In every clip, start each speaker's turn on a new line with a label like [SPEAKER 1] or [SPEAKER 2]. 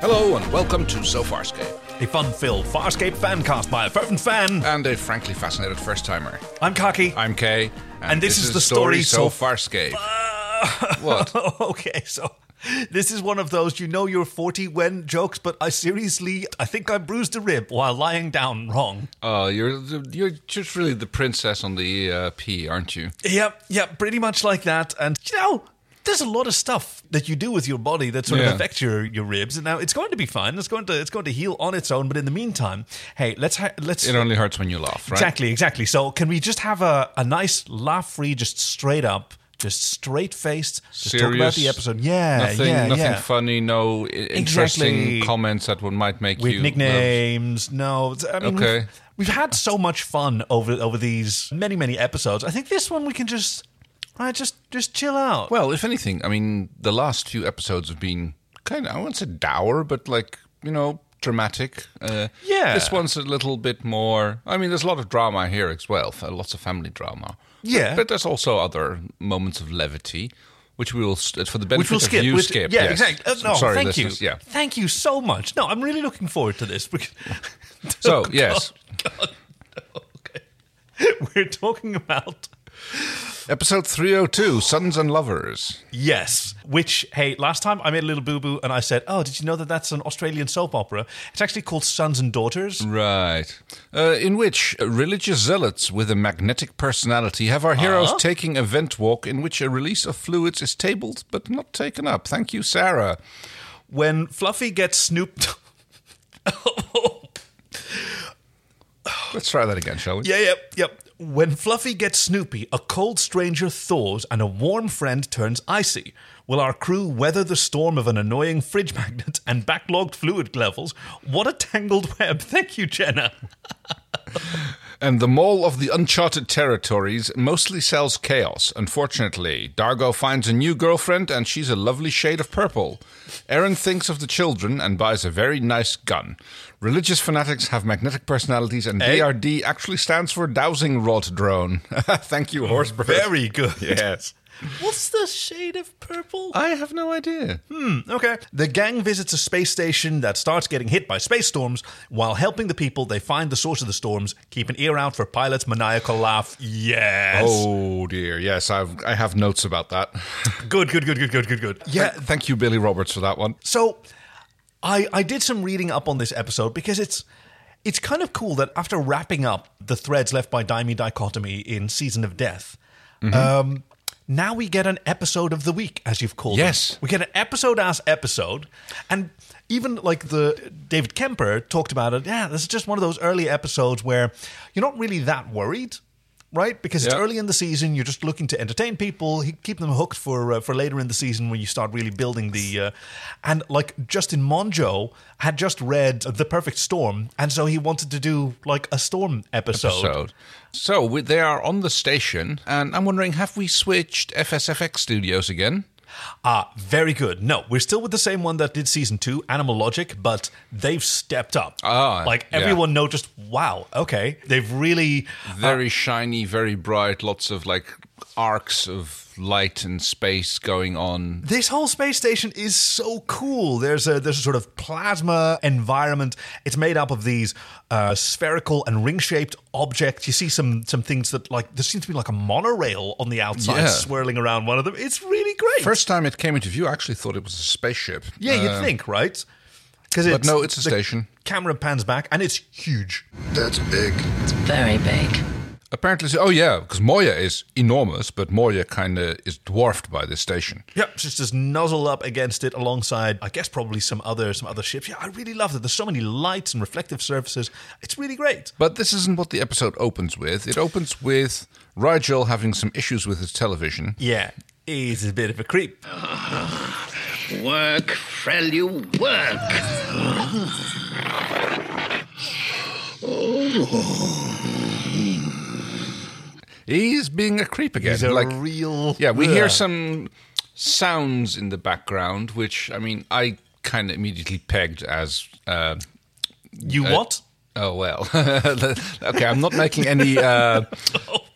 [SPEAKER 1] Hello and welcome to So Farscape,
[SPEAKER 2] A fun filled Farscape fan cast by a fervent fan.
[SPEAKER 1] and a frankly fascinated first timer.
[SPEAKER 2] I'm Kaki.
[SPEAKER 1] I'm Kay, and,
[SPEAKER 2] And this is the story
[SPEAKER 1] So
[SPEAKER 2] so-
[SPEAKER 1] Farscape. what?
[SPEAKER 2] okay, so this is one of those you know you're 40 when jokes, but I seriously, I think I bruised a rib while lying down wrong.
[SPEAKER 1] Oh, you're you're just really the princess on the uh, P, aren't you?
[SPEAKER 2] Yep, yep, pretty much like that. And you know, there's a lot of stuff that you do with your body that sort
[SPEAKER 1] Yeah.
[SPEAKER 2] of affects your, your ribs, and now it's going to be fine. It's going to it's going to heal on its own. But in the meantime, hey, let's ha- let's
[SPEAKER 1] It only hurts when you laugh, right?
[SPEAKER 2] Exactly, exactly. So can we just have a, a nice laugh free, just straight up, just straight faced, just talk about
[SPEAKER 1] Serious.
[SPEAKER 2] the episode. Yeah,
[SPEAKER 1] Nothing,
[SPEAKER 2] yeah,
[SPEAKER 1] nothing
[SPEAKER 2] yeah.
[SPEAKER 1] funny. No i- interesting
[SPEAKER 2] Exactly.
[SPEAKER 1] comments that would might make
[SPEAKER 2] With
[SPEAKER 1] you
[SPEAKER 2] nicknames, no. it's- I mean, we've-
[SPEAKER 1] Okay.
[SPEAKER 2] we've, had so much fun over over these many many episodes. I think this one we can just, uh, just just chill out.
[SPEAKER 1] Well, if anything, I mean, the last few episodes have been kind of, I won't say dour, but like, you know, dramatic. Uh,
[SPEAKER 2] Yeah.
[SPEAKER 1] This one's a little bit more. I mean, there's a lot of drama here as well, f- lots of family drama.
[SPEAKER 2] Yeah.
[SPEAKER 1] But there's also other moments of levity, which we will, st- for the benefit
[SPEAKER 2] which we'll
[SPEAKER 1] of
[SPEAKER 2] skip.
[SPEAKER 1] you,
[SPEAKER 2] which-
[SPEAKER 1] skip.
[SPEAKER 2] Yeah,
[SPEAKER 1] yes.
[SPEAKER 2] exactly.
[SPEAKER 1] S-
[SPEAKER 2] Uh, no,
[SPEAKER 1] sorry,
[SPEAKER 2] thank
[SPEAKER 1] listeners,
[SPEAKER 2] you.
[SPEAKER 1] Yeah.
[SPEAKER 2] Thank you so much. No, I'm really looking forward to this. Because
[SPEAKER 1] So, yes.
[SPEAKER 2] God, no, okay. We're talking about
[SPEAKER 1] Episode 302 Sons and Lovers.
[SPEAKER 2] Yes. Which, hey, last time I made a little boo boo and I said, oh, did you know that that's an Australian soap opera? It's actually called Sons and Daughters.
[SPEAKER 1] Right. Uh, in which religious zealots with a magnetic personality have our heroes taking a vent walk in which a release of fluids is tabled but not taken up. Thank you, Sarah.
[SPEAKER 2] When Fluffy gets snooped.
[SPEAKER 1] Let's try that again, shall we?
[SPEAKER 2] yeah, yep, yep. When Fluffy gets Snoopy, a cold stranger thaws and a warm friend turns icy. Will our crew weather the storm of an annoying fridge magnet and backlogged fluid levels? What a tangled web. Thank you, Jenna.
[SPEAKER 1] And the Mall of the Uncharted Territories mostly sells chaos. Unfortunately, Dargo finds a new girlfriend and she's a lovely shade of purple. Aaron thinks of the children and buys a very nice gun. Religious fanatics have magnetic personalities, and DRD actually stands for Dowsing Rod Drone. Thank you, Horsebird.
[SPEAKER 2] Very good.
[SPEAKER 1] Yes.
[SPEAKER 2] What's the shade of purple?
[SPEAKER 1] I have no idea.
[SPEAKER 2] Okay. The gang visits a space station that starts getting hit by space storms. While helping the people, they find the source of the storms. Keep an ear out for Pilot's maniacal laugh. Yes.
[SPEAKER 1] Oh dear. Yes, I've, I have notes about that.
[SPEAKER 2] Good, good, good, good, good, good, good.
[SPEAKER 1] Yeah. Thank you, Billy Roberts, for that one.
[SPEAKER 2] So I I did some reading up on this episode because it's it's kind of cool that after wrapping up the threads left by Dimey Dichotomy in Season of Death,
[SPEAKER 1] Mm-hmm.
[SPEAKER 2] um, now we get an episode of the week, as you've called it.
[SPEAKER 1] Yes.
[SPEAKER 2] We get an episode as episode. And even like the David Kemper talked about it, yeah, this is just one of those early episodes where you're not really that worried. Right, because it's
[SPEAKER 1] Yeah.
[SPEAKER 2] early in the season. You're just looking to entertain people, he- keep them hooked for uh, for later in the season when you start really building the. Uh, and like Justin Monjo had just read The Perfect Storm, and so he wanted to do like a storm episode.
[SPEAKER 1] episode. So we, they are on the station, and I'm wondering, have we switched FSFX studios again?
[SPEAKER 2] Ah, very good. No, we're still with the same one that did season two, Animal Logic, but they've stepped up.
[SPEAKER 1] Ah,
[SPEAKER 2] like
[SPEAKER 1] yeah.
[SPEAKER 2] everyone noticed. Wow, okay, they've really
[SPEAKER 1] Very shiny, very bright, lots of like arcs of light and space going on.
[SPEAKER 2] This whole space station is so cool. There's a there's a sort of plasma environment. It's made up of these uh, spherical and ring shaped objects. You see some some things that like there seems to be like a monorail on the outside
[SPEAKER 1] Yeah.
[SPEAKER 2] swirling around one of them. It's really great.
[SPEAKER 1] First time it came into view, I actually thought it was a spaceship.
[SPEAKER 2] yeah, you'd
[SPEAKER 1] Uh,
[SPEAKER 2] think right because
[SPEAKER 1] But no, it's a station.
[SPEAKER 2] Camera pans back and it's huge.
[SPEAKER 3] That's big.
[SPEAKER 4] It's very big.
[SPEAKER 1] Apparently, so- oh yeah, because Moya is enormous, but Moya kind of is dwarfed by this station.
[SPEAKER 2] Yep, just just nuzzle up against it alongside, I guess, probably some other some other ships. Yeah, I really love that. There's so many lights and reflective surfaces. It's really great.
[SPEAKER 1] But this isn't what the episode opens with. It opens with Rigel having some issues with his television.
[SPEAKER 2] Yeah, he's a bit of a creep.
[SPEAKER 3] Work, Frel, you work.
[SPEAKER 1] He's being a uh, creep again.
[SPEAKER 2] He's a
[SPEAKER 1] like,
[SPEAKER 2] real.
[SPEAKER 1] Yeah, we hear
[SPEAKER 2] Ugh.
[SPEAKER 1] some sounds in the background, which I mean, I kind of immediately pegged as. Uh,
[SPEAKER 2] You what?
[SPEAKER 1] oh well. okay, I'm not making any uh,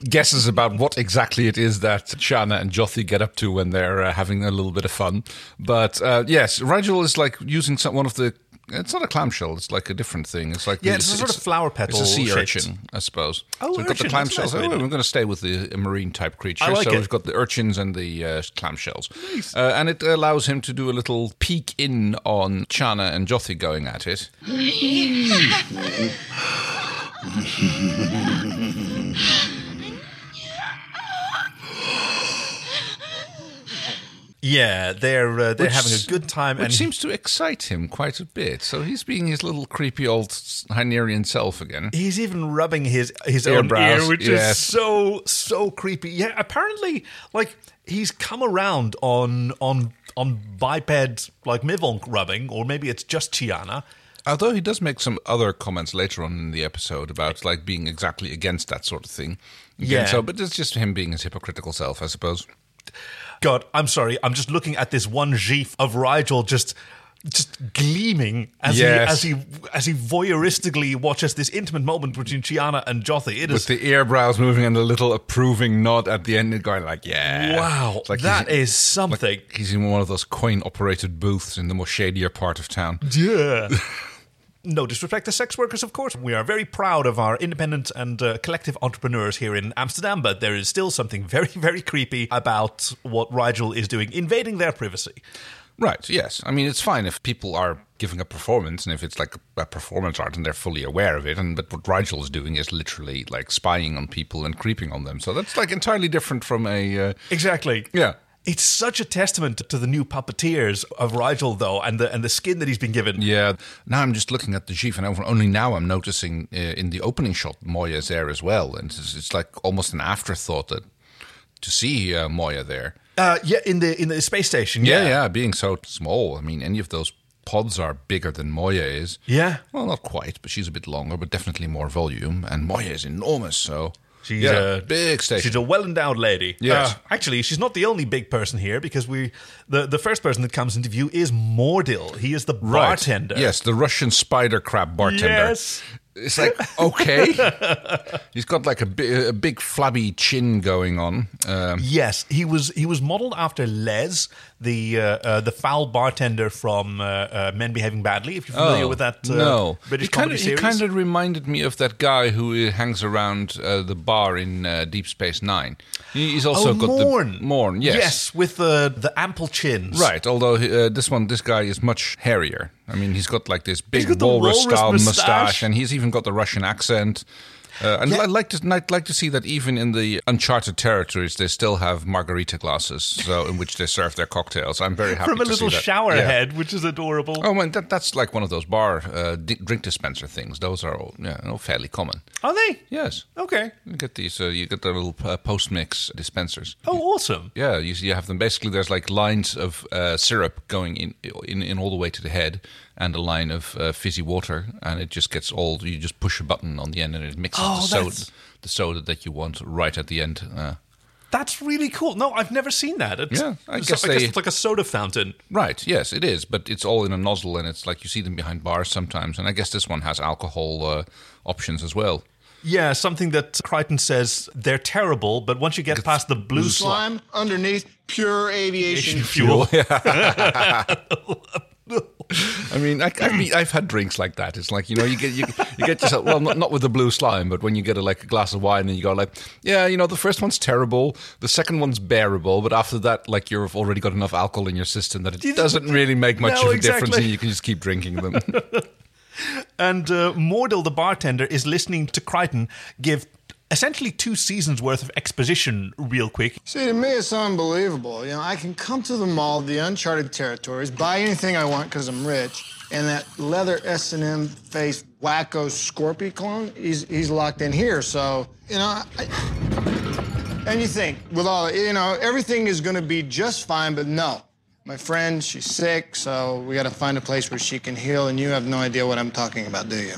[SPEAKER 1] guesses about what exactly it is that Shana and Jothi get up to when they're uh, having a little bit of fun. But uh, yes, Rigel is like using some, one of the It's not a clamshell. It's like a different thing. It's like
[SPEAKER 2] Yeah,
[SPEAKER 1] the-
[SPEAKER 2] it's a sort of flower petal
[SPEAKER 1] It's a sea
[SPEAKER 2] shaped-
[SPEAKER 1] urchin, I suppose.
[SPEAKER 2] Oh,
[SPEAKER 1] so we've got the
[SPEAKER 2] urchin, that's a
[SPEAKER 1] clamshells.
[SPEAKER 2] nice way
[SPEAKER 1] oh,
[SPEAKER 2] to-
[SPEAKER 1] we're going to stay with the uh, marine type creature.
[SPEAKER 2] I like
[SPEAKER 1] so
[SPEAKER 2] it.
[SPEAKER 1] we've got the urchins and the uh, clamshells, uh, and it allows him to do a little peek in on Chana and Jothi going at it.
[SPEAKER 2] Yeah, they're uh, they're
[SPEAKER 1] Which-
[SPEAKER 2] having a good time,
[SPEAKER 1] which
[SPEAKER 2] and
[SPEAKER 1] seems to excite him quite a bit. So he's being his little creepy old Hynerian self again.
[SPEAKER 2] he's even rubbing his his
[SPEAKER 1] Eyebrows,
[SPEAKER 2] own ear, which
[SPEAKER 1] yes.
[SPEAKER 2] is so so creepy. Yeah, apparently, like he's come around on on on biped like Mivonk rubbing, or maybe it's just Tiana.
[SPEAKER 1] Although he does make some other comments later on in the episode about like being exactly against that sort of thing. Again,
[SPEAKER 2] Yeah.
[SPEAKER 1] So, but it's just him being his hypocritical self, I suppose.
[SPEAKER 2] God, I'm sorry. I'm just looking at this one gif of Rigel just just gleaming as
[SPEAKER 1] Yes.
[SPEAKER 2] he as he as he voyeuristically watches this intimate moment between Chiana and Jothi. It
[SPEAKER 1] With
[SPEAKER 2] is
[SPEAKER 1] the eyebrows moving and a little approving nod at the end, and going like, "Yeah,
[SPEAKER 2] wow.
[SPEAKER 1] It's like
[SPEAKER 2] that
[SPEAKER 1] he's,
[SPEAKER 2] is something.
[SPEAKER 1] he's in one of those coin-operated booths in the more shadier part of town.
[SPEAKER 2] yeah. No disrespect to sex workers, of course. We are very proud of our independent and uh, collective entrepreneurs here in Amsterdam, but there is still something very, very creepy about what Rigel is doing, invading their privacy.
[SPEAKER 1] Right. Yes. I mean, it's fine if people are giving a performance, and if it's like a performance art, and they're fully aware of it. And but what Rigel is doing is literally like spying on people and creeping on them. So that's like entirely different from a uh,
[SPEAKER 2] Exactly.
[SPEAKER 1] yeah.
[SPEAKER 2] It's such a testament to the new puppeteers of Rigel, though, and the and the skin that he's been given.
[SPEAKER 1] Yeah. Now I'm just looking at the chief, and over- only now I'm noticing uh, in the opening shot Moya's there as well, and it's, it's like almost an afterthought that to see uh, Moya there.
[SPEAKER 2] Uh, yeah, in the in the space station.
[SPEAKER 1] Yeah,
[SPEAKER 2] Yeah,
[SPEAKER 1] yeah, Being so small, I mean, any of those pods are bigger than Moya is.
[SPEAKER 2] Yeah.
[SPEAKER 1] Well, not quite, but she's a bit longer, but definitely more volume. And Moya is enormous, so
[SPEAKER 2] She's
[SPEAKER 1] yeah,
[SPEAKER 2] a
[SPEAKER 1] big station.
[SPEAKER 2] She's a well endowed lady.
[SPEAKER 1] Yes.
[SPEAKER 2] Uh, actually, she's not the only big person here because we the, the first person that comes into view is Mordil. He is the
[SPEAKER 1] Right.
[SPEAKER 2] bartender.
[SPEAKER 1] Yes, the Russian spider crab bartender.
[SPEAKER 2] Yes.
[SPEAKER 1] It's like okay, he's got like a, bi- a big flabby chin going on. Um,
[SPEAKER 2] Yes, he was he was modeled after Les, the uh, uh, the foul bartender from uh, uh, Men Behaving Badly. If you're familiar
[SPEAKER 1] Oh,
[SPEAKER 2] with that uh,
[SPEAKER 1] no.
[SPEAKER 2] British
[SPEAKER 1] he kind
[SPEAKER 2] comedy
[SPEAKER 1] of,
[SPEAKER 2] series,
[SPEAKER 1] He kind of reminded me of that guy who uh, hangs around uh, the bar in uh, Deep Space Nine. He- He's also
[SPEAKER 2] oh,
[SPEAKER 1] got
[SPEAKER 2] Morn,
[SPEAKER 1] the Morn. Yes.
[SPEAKER 2] yes, with the the ample chins,
[SPEAKER 1] Right, although uh, this one, this guy is much hairier. I mean, he's got like this
[SPEAKER 2] got
[SPEAKER 1] big
[SPEAKER 2] the walrus
[SPEAKER 1] walrus-style
[SPEAKER 2] moustache.
[SPEAKER 1] mustache, and he's even got the Russian accent. Uh, and I'd like to, I'd like to see that even in the uncharted territories, they still have margarita glasses, so in which they serve their cocktails. I'm very happy
[SPEAKER 2] from
[SPEAKER 1] to
[SPEAKER 2] a
[SPEAKER 1] see
[SPEAKER 2] little
[SPEAKER 1] that.
[SPEAKER 2] shower
[SPEAKER 1] Yeah.
[SPEAKER 2] head, which is adorable.
[SPEAKER 1] Oh man, that, that's like one of those bar uh, di- drink dispenser things. Those are all, yeah, all fairly common.
[SPEAKER 2] Are they?
[SPEAKER 1] Yes,
[SPEAKER 2] Okay.
[SPEAKER 1] you get these. Uh, you get the little uh, post mix dispensers.
[SPEAKER 2] Oh, awesome.
[SPEAKER 1] Yeah, you, you have them. Basically, there's like lines of uh, syrup going in, in in all the way to the head, and a line of uh, fizzy water, and it just gets all. You just push a button on the end, and it mixes
[SPEAKER 2] Oh,
[SPEAKER 1] the
[SPEAKER 2] that's-
[SPEAKER 1] soda, the soda that you want right at the end. Uh,
[SPEAKER 2] That's really cool. No, I've never seen that. It's,
[SPEAKER 1] Yeah, I
[SPEAKER 2] it's-
[SPEAKER 1] guess they-
[SPEAKER 2] it's like a soda fountain.
[SPEAKER 1] right? Yes, it is, but it's all in a nozzle, and it's like you see them behind bars sometimes. And I guess this one has alcohol uh, options as well.
[SPEAKER 2] Yeah, something that Crichton says they're terrible, but once you get past the blue slime
[SPEAKER 4] Slime underneath pure aviation
[SPEAKER 2] fuel,
[SPEAKER 1] I mean, I, I've, been, I've had drinks like that. It's like you know, you get you, you get yourself well, not, not with the blue slime, but when you get a, like a glass of wine and you go like, yeah, you know, the first one's terrible, the second one's bearable, but after that, like you've already got enough alcohol in your system that it doesn't really make much
[SPEAKER 2] No,
[SPEAKER 1] of a difference,
[SPEAKER 2] exactly.
[SPEAKER 1] and you can just keep drinking them.
[SPEAKER 2] and uh, Mordil, the bartender, is listening to Crichton give essentially two seasons worth of exposition real quick.
[SPEAKER 4] See, to me, it's unbelievable. You know, I can come to the mall, the uncharted territories, buy anything I want because I'm rich, and that leather S&M face wacko Scorpy clone, he's, he's locked in here. So, you know, I, and you think, with all, you know, everything is going to be just fine, but no. My friend, she's sick, so we got to find a place where she can heal, and you have no idea what I'm talking about, do you?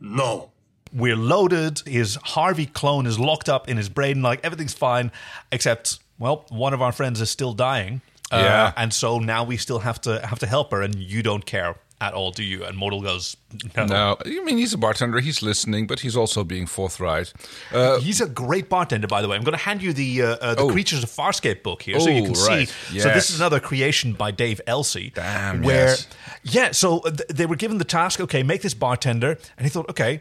[SPEAKER 3] No.
[SPEAKER 2] We're loaded. His Harvey clone is locked up in his brain, like everything's fine, except, well, one of our friends is still dying. Uh,
[SPEAKER 1] Yeah.
[SPEAKER 2] And so now we still have to have to help her, and you don't care at all, do you? And Mortal goes, no.
[SPEAKER 1] No, I mean he's a bartender. He's listening, but he's also being forthright. Uh,
[SPEAKER 2] He's a great bartender, by the way. I'm going to hand you the uh, uh, the
[SPEAKER 1] Oh.
[SPEAKER 2] Creatures of Farscape book here, so you
[SPEAKER 1] Oh,
[SPEAKER 2] can
[SPEAKER 1] right.
[SPEAKER 2] see. So
[SPEAKER 1] Yes.
[SPEAKER 2] this is another creation by Dave Elsey.
[SPEAKER 1] Damn,
[SPEAKER 2] Where,
[SPEAKER 1] yes.
[SPEAKER 2] yeah. So th- they were given the task. Okay, make this bartender, and he thought, okay.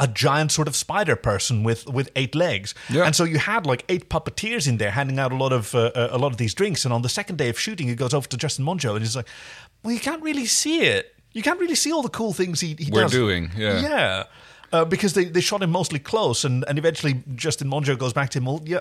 [SPEAKER 2] A giant sort of spider person with, with eight legs,
[SPEAKER 1] Yeah.
[SPEAKER 2] and so you had like eight puppeteers in there handing out a lot of uh, uh, a lot of these drinks. And on the second day of shooting, he goes over to Justin Monjo and he's like, "Well, you can't really see it. You can't really see all the cool things he, he
[SPEAKER 1] We're
[SPEAKER 2] does.
[SPEAKER 1] doing, yeah.
[SPEAKER 2] Yeah, uh, because they, they shot him mostly close, and, and eventually Justin Monjo goes back to him. Well, yeah,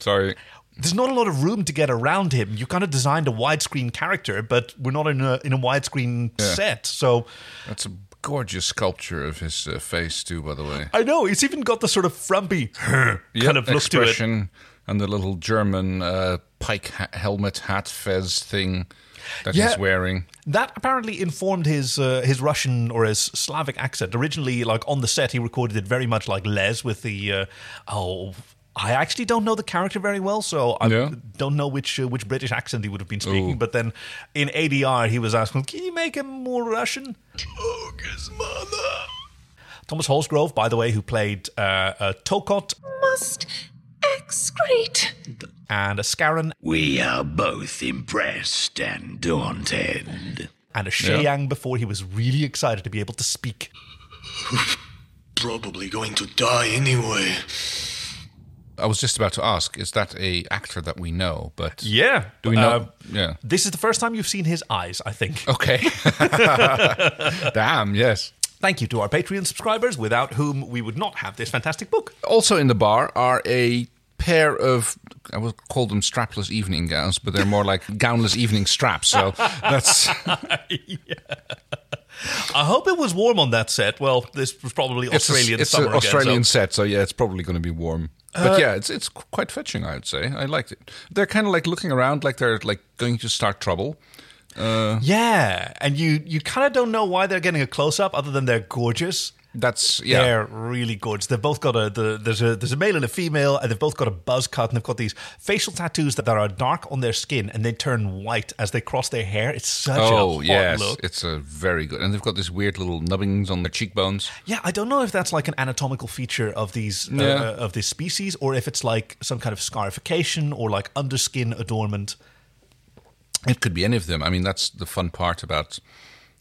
[SPEAKER 1] sorry.
[SPEAKER 2] there's not a lot of room to get around him. You kind of designed a widescreen character, but we're not in a in a widescreen set. So
[SPEAKER 1] That's a gorgeous sculpture of his uh, face, too, by the way.
[SPEAKER 2] I know it's even got the sort of frumpy kind
[SPEAKER 1] Yep,
[SPEAKER 2] of look to it.
[SPEAKER 1] expression and the little German uh, pike ha- helmet, hat, fez thing that
[SPEAKER 2] Yeah.
[SPEAKER 1] he's wearing.
[SPEAKER 2] That apparently informed his uh, his Russian or his Slavic accent. Originally, like on the set, he recorded it very much like Les with the uh, oh. I actually don't know the character very well, so I
[SPEAKER 1] Yeah.
[SPEAKER 2] don't know which uh, which British accent he would have been speaking. But then in ADR, he was asking, "Can you make him more Russian?" Thomas Holsgrove, by the way, who played uh, uh, Tokot
[SPEAKER 5] Must excrete.
[SPEAKER 2] and a Scarron
[SPEAKER 3] We are both impressed and daunted.
[SPEAKER 2] and a Sheyang before he was really excited to be able to speak.
[SPEAKER 6] Probably going to die anyway.
[SPEAKER 1] I was just about to ask, is that a actor that we know? But
[SPEAKER 2] Yeah, Uh,
[SPEAKER 1] do we Oh. know? yeah.
[SPEAKER 2] This is the first time you've seen his eyes, I think.
[SPEAKER 1] Okay. Damn. Yes.
[SPEAKER 2] Thank you to our Patreon subscribers, without whom we would not have this fantastic book.
[SPEAKER 1] Also in the bar are a pair of I would call them strapless evening gowns, but they're more like gownless evening straps. So that's
[SPEAKER 2] I hope it was warm on that set. Well, this was probably
[SPEAKER 1] it's a-
[SPEAKER 2] Australian
[SPEAKER 1] it's
[SPEAKER 2] summer
[SPEAKER 1] an Australian
[SPEAKER 2] again. so- Uh,
[SPEAKER 1] set, so yeah, it's probably going to be warm. But yeah, it's it's quite fetching, I'd say. I liked it. They're kind of like looking around, like they're like going to start trouble.
[SPEAKER 2] Yeah, and you you kind of don't know why they're getting a close up, other than they're gorgeous.
[SPEAKER 1] That's yeah.
[SPEAKER 2] They're really gorgeous. They've both got a the, there's a there's a male and a female, and they've both got a buzz cut, and they've got these facial tattoos that are dark on their skin, and they turn white as they cross their hair. It's such a
[SPEAKER 1] Oh
[SPEAKER 2] hot
[SPEAKER 1] yes,
[SPEAKER 2] look.
[SPEAKER 1] it's a very good, and they've got this weird little nubbings on their cheekbones.
[SPEAKER 2] Yeah, I don't know if that's like an anatomical feature of these uh,
[SPEAKER 1] Yeah.
[SPEAKER 2] uh, of this species, or if it's like some kind of scarification or like underskin adornment.
[SPEAKER 1] It could be any of them. I mean, that's the fun part about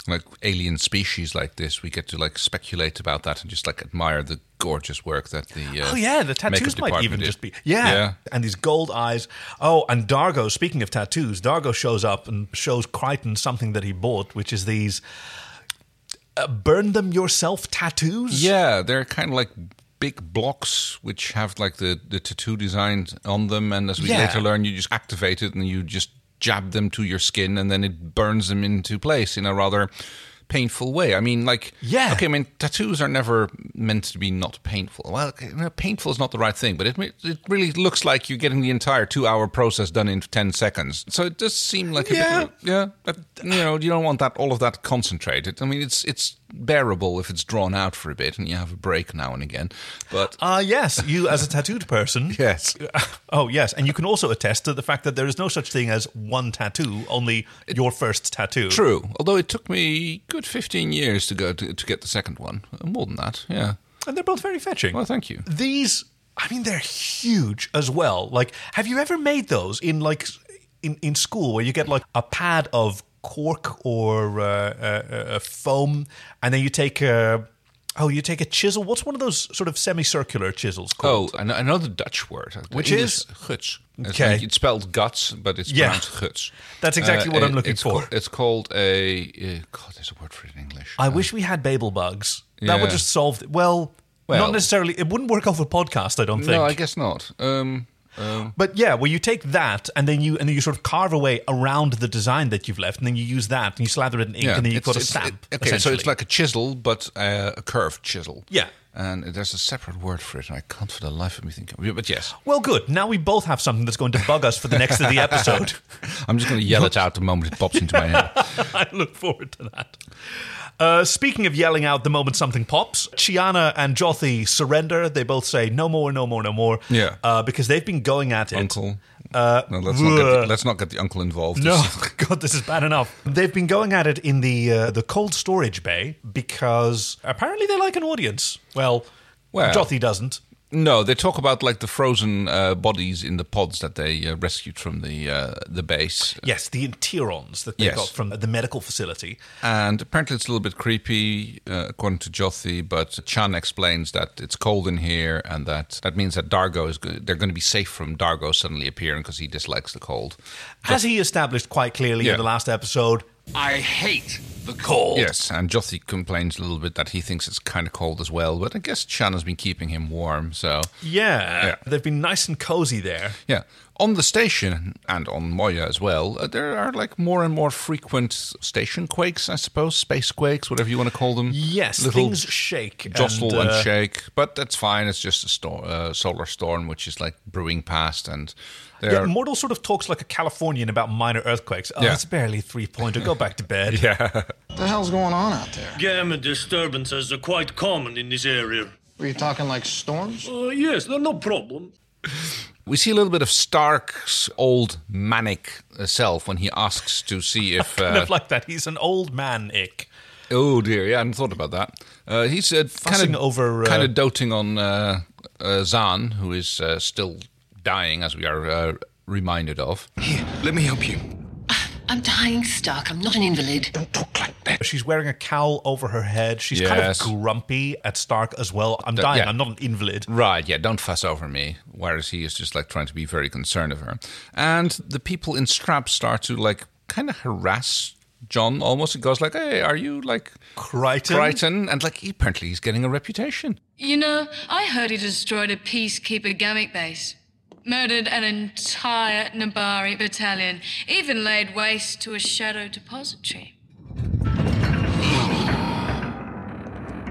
[SPEAKER 1] like alien species like this. We get to like speculate about that and just like admire the gorgeous work that the uh,
[SPEAKER 2] Oh yeah, the
[SPEAKER 1] makeup
[SPEAKER 2] tattoos might
[SPEAKER 1] department
[SPEAKER 2] even
[SPEAKER 1] did.
[SPEAKER 2] just be yeah. and these gold eyes. Oh, and Dargo. Speaking of tattoos, Dargo shows up and shows Crichton something that he bought, which is these uh, burn them yourself tattoos.
[SPEAKER 1] yeah. They're kind of like big blocks which have like the the tattoo designed on them, and as we
[SPEAKER 2] Yeah.
[SPEAKER 1] later learn, you just activate it and you just jab them to your skin, and then it burns them into place in a rather painful way. I mean, like
[SPEAKER 2] Yeah.
[SPEAKER 1] okay. I mean, tattoos are never meant to be not painful. Well, okay, no, painful is not the right thing, but it ma- it really looks like you're getting the entire two hour process done in ten seconds. So it does seem like a
[SPEAKER 2] Yeah.
[SPEAKER 1] bit, yeah. But you know, you don't want that all of that concentrated. I mean, it's it's bearable if it's drawn out for a bit and you have a break now and again. But
[SPEAKER 2] Ah, yes, you as a tattooed person.
[SPEAKER 1] yes,
[SPEAKER 2] Oh, yes, and you can also attest to the fact that there is no such thing as one tattoo, only your first tattoo.
[SPEAKER 1] true. Although it took me good fifteen years to go to, to get the second one, more than that. Yeah.
[SPEAKER 2] and they're both very fetching.
[SPEAKER 1] Well, thank you.
[SPEAKER 2] These, I mean, they're huge as well. Like, have you ever made those in like in in school where you get like a pad of cork or uh, uh, uh, foam, and then you take a oh, you take a chisel. What's one of those sort of semicircular chisels
[SPEAKER 1] Oh,
[SPEAKER 2] called?
[SPEAKER 1] I know, I know the Dutch word,
[SPEAKER 2] Which is?
[SPEAKER 1] guts.
[SPEAKER 2] Okay.
[SPEAKER 1] it's spelled guts, but it's
[SPEAKER 2] Yeah.
[SPEAKER 1] pronounced guts.
[SPEAKER 2] That's exactly what I'm
[SPEAKER 1] it-
[SPEAKER 2] looking
[SPEAKER 1] it's
[SPEAKER 2] for.
[SPEAKER 1] called- it's called a uh, God. There's a word for it in English.
[SPEAKER 2] I wish we had Babel bugs. That would
[SPEAKER 1] Oh. Yeah.
[SPEAKER 2] just solve. Th- well,
[SPEAKER 1] Well-
[SPEAKER 2] not necessarily. It wouldn't work off a podcast. I don't think.
[SPEAKER 1] no, I guess not. Um,
[SPEAKER 2] But yeah, well, you take that and then you and then you sort of carve away around the design that you've left, and then you use that and you slather it in ink,
[SPEAKER 1] yeah,
[SPEAKER 2] and then you've
[SPEAKER 1] it's-
[SPEAKER 2] got a
[SPEAKER 1] it's-
[SPEAKER 2] stamp.
[SPEAKER 1] it- okay, so
[SPEAKER 2] essentially.
[SPEAKER 1] it's like a chisel, but uh, a curved chisel.
[SPEAKER 2] Yeah.
[SPEAKER 1] And there's a separate word for it, and I can't for the life of me think. of it. But yes,
[SPEAKER 2] well, good. Now we both have something that's going to bug us for the next of the episode.
[SPEAKER 1] I'm just going to yell it out the moment it pops into my head.
[SPEAKER 2] I look forward to that. Uh, speaking of yelling out the moment something pops, Chiana and Jothi surrender. They both say, no more, no more, no more.
[SPEAKER 1] Yeah.
[SPEAKER 2] Uh, because they've been going at it.
[SPEAKER 1] Uncle. No, let's, not get the, let's not get the uncle involved.
[SPEAKER 2] No,
[SPEAKER 1] It's-
[SPEAKER 2] God, this is bad enough. They've been going at it in the uh, the cold storage bay because apparently they like an audience. Well,
[SPEAKER 1] Well.
[SPEAKER 2] Jothi doesn't.
[SPEAKER 1] No, they talk about like the frozen uh, bodies in the pods that they uh, rescued from the uh, the base,
[SPEAKER 2] Yes, the Interons that they
[SPEAKER 1] Yes.
[SPEAKER 2] got from the medical facility.
[SPEAKER 1] and apparently it's a little bit creepy uh, according to Jothi. But Chan explains that it's cold in here, and that that means that Dargo is go- they're going to be safe from Dargo suddenly appearing because he dislikes the cold.
[SPEAKER 2] As he established quite clearly
[SPEAKER 1] Yeah.
[SPEAKER 2] in the last episode,
[SPEAKER 3] I hate the cold.
[SPEAKER 1] Yes, and Jothi complains a little bit that he thinks it's kind of cold as well. But I guess Chan has been keeping him warm, so
[SPEAKER 2] yeah,
[SPEAKER 1] Yeah.
[SPEAKER 2] they've been nice and cozy there.
[SPEAKER 1] Yeah. On the station and on Moya as well, uh, there are like more and more frequent station quakes, I suppose, space quakes, whatever you want to call them.
[SPEAKER 2] Yes,
[SPEAKER 1] Little
[SPEAKER 2] things shake.
[SPEAKER 1] jostle and,
[SPEAKER 2] uh,
[SPEAKER 1] shake, but that's fine. It's just a stor- uh, solar storm, which is like brewing past, and
[SPEAKER 2] Yeah,
[SPEAKER 1] they're
[SPEAKER 2] Mortal sort of talks like a Californian about minor earthquakes. Oh,
[SPEAKER 1] Yeah.
[SPEAKER 2] it's barely three pointer. Go back to bed.
[SPEAKER 4] What the hell's going on out there?
[SPEAKER 7] Gamma disturbances are quite common in this area.
[SPEAKER 4] Were you talking like storms?
[SPEAKER 7] Uh, yes, no, no problem.
[SPEAKER 1] we see a little bit of Stark's old manic uh, self when he asks to see if
[SPEAKER 2] kind
[SPEAKER 1] uh,
[SPEAKER 2] of like that. He's an old man ick.
[SPEAKER 1] Oh dear, yeah, I hadn't thought about that. Uh, he's uh, kind
[SPEAKER 2] Fussing
[SPEAKER 1] of
[SPEAKER 2] over, uh,
[SPEAKER 1] kind of doting on uh, uh, Zahn, who is uh, still dying, as we are uh, reminded of.
[SPEAKER 6] Here, let me help you.
[SPEAKER 5] I'm dying, Stark. I'm not an invalid.
[SPEAKER 6] Don't talk like that.
[SPEAKER 2] She's wearing a cowl over her head. She's
[SPEAKER 1] Yes.
[SPEAKER 2] kind of grumpy at Stark as well. I'm dying.
[SPEAKER 1] yeah.
[SPEAKER 2] I'm not an invalid.
[SPEAKER 1] Right, yeah, don't fuss over me. Whereas he is just like trying to be very concerned of her, and the people in Strap start to like kind of harass John. Almost, it goes like, "Hey, are you like
[SPEAKER 2] Crichton.
[SPEAKER 1] Crichton?" And like, apparently, he's getting a reputation.
[SPEAKER 8] You know, I heard he destroyed a peacekeeper gammick base, murdered an entire Nabari battalion, even laid waste to a shadow depository.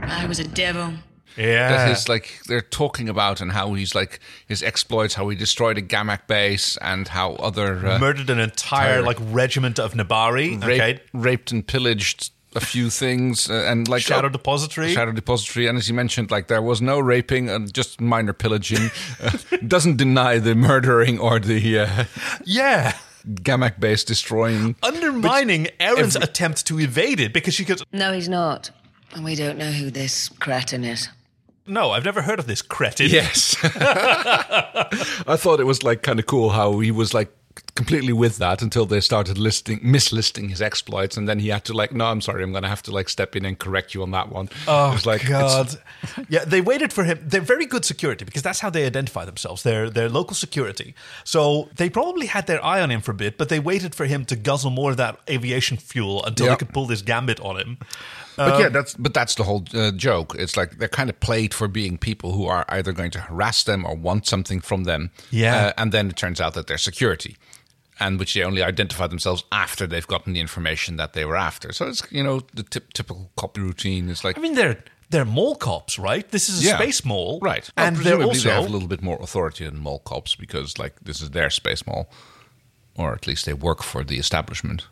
[SPEAKER 8] I was a devil.
[SPEAKER 1] that
[SPEAKER 2] Yeah.
[SPEAKER 1] is like they're talking about and how he's like his exploits, how he destroyed a Gamak base, and how other uh,
[SPEAKER 2] Murdered an entire
[SPEAKER 1] Entire-
[SPEAKER 2] like regiment of Nabari.
[SPEAKER 1] rape-
[SPEAKER 2] okay.
[SPEAKER 1] raped and pillaged a few things, uh, and like
[SPEAKER 2] Shadow
[SPEAKER 1] oh,
[SPEAKER 2] Depository.
[SPEAKER 1] Shadow depository, and as you mentioned, like there was no raping and just minor pillaging. uh, doesn't deny the murdering or the uh,
[SPEAKER 2] yeah.
[SPEAKER 1] Gamak base destroying.
[SPEAKER 2] Undermining Erin's attempt to evade it because she goes,
[SPEAKER 5] No, he's not. And we don't know who this cretin is.
[SPEAKER 2] No, I've never heard of this cretin.
[SPEAKER 1] Yes. I thought it was like kind of cool how he was like completely with that until they started listing mislisting his exploits and then he had to like no I'm sorry I'm going to have to like step in and correct you on that one.
[SPEAKER 2] Oh
[SPEAKER 1] It was like it's-
[SPEAKER 2] God! Yeah, they waited for him. They're very good security because that's how they identify themselves. They're they're local security, so they probably had their eye on him for a bit, but they waited for him to guzzle more of that aviation fuel until
[SPEAKER 1] Yeah.
[SPEAKER 2] they could pull this gambit on him.
[SPEAKER 1] But
[SPEAKER 2] um,
[SPEAKER 1] yeah, that's but that's the whole uh, joke. It's like they're kind of played for being people who are either going to harass them or want something from them.
[SPEAKER 2] Yeah.
[SPEAKER 1] uh, and then it turns out that they're security, and which they only identify themselves after they've gotten the information that they were after. So it's you know the tip, typical cop routine. It's like
[SPEAKER 2] I mean, they're they're mole cops, right? This is a
[SPEAKER 1] Yeah.
[SPEAKER 2] space mole,
[SPEAKER 1] right? Well,
[SPEAKER 2] And they're
[SPEAKER 1] presumably
[SPEAKER 2] also
[SPEAKER 1] they have a little bit more authority than mall cops because like this is their space mall, or at least they work for the establishment.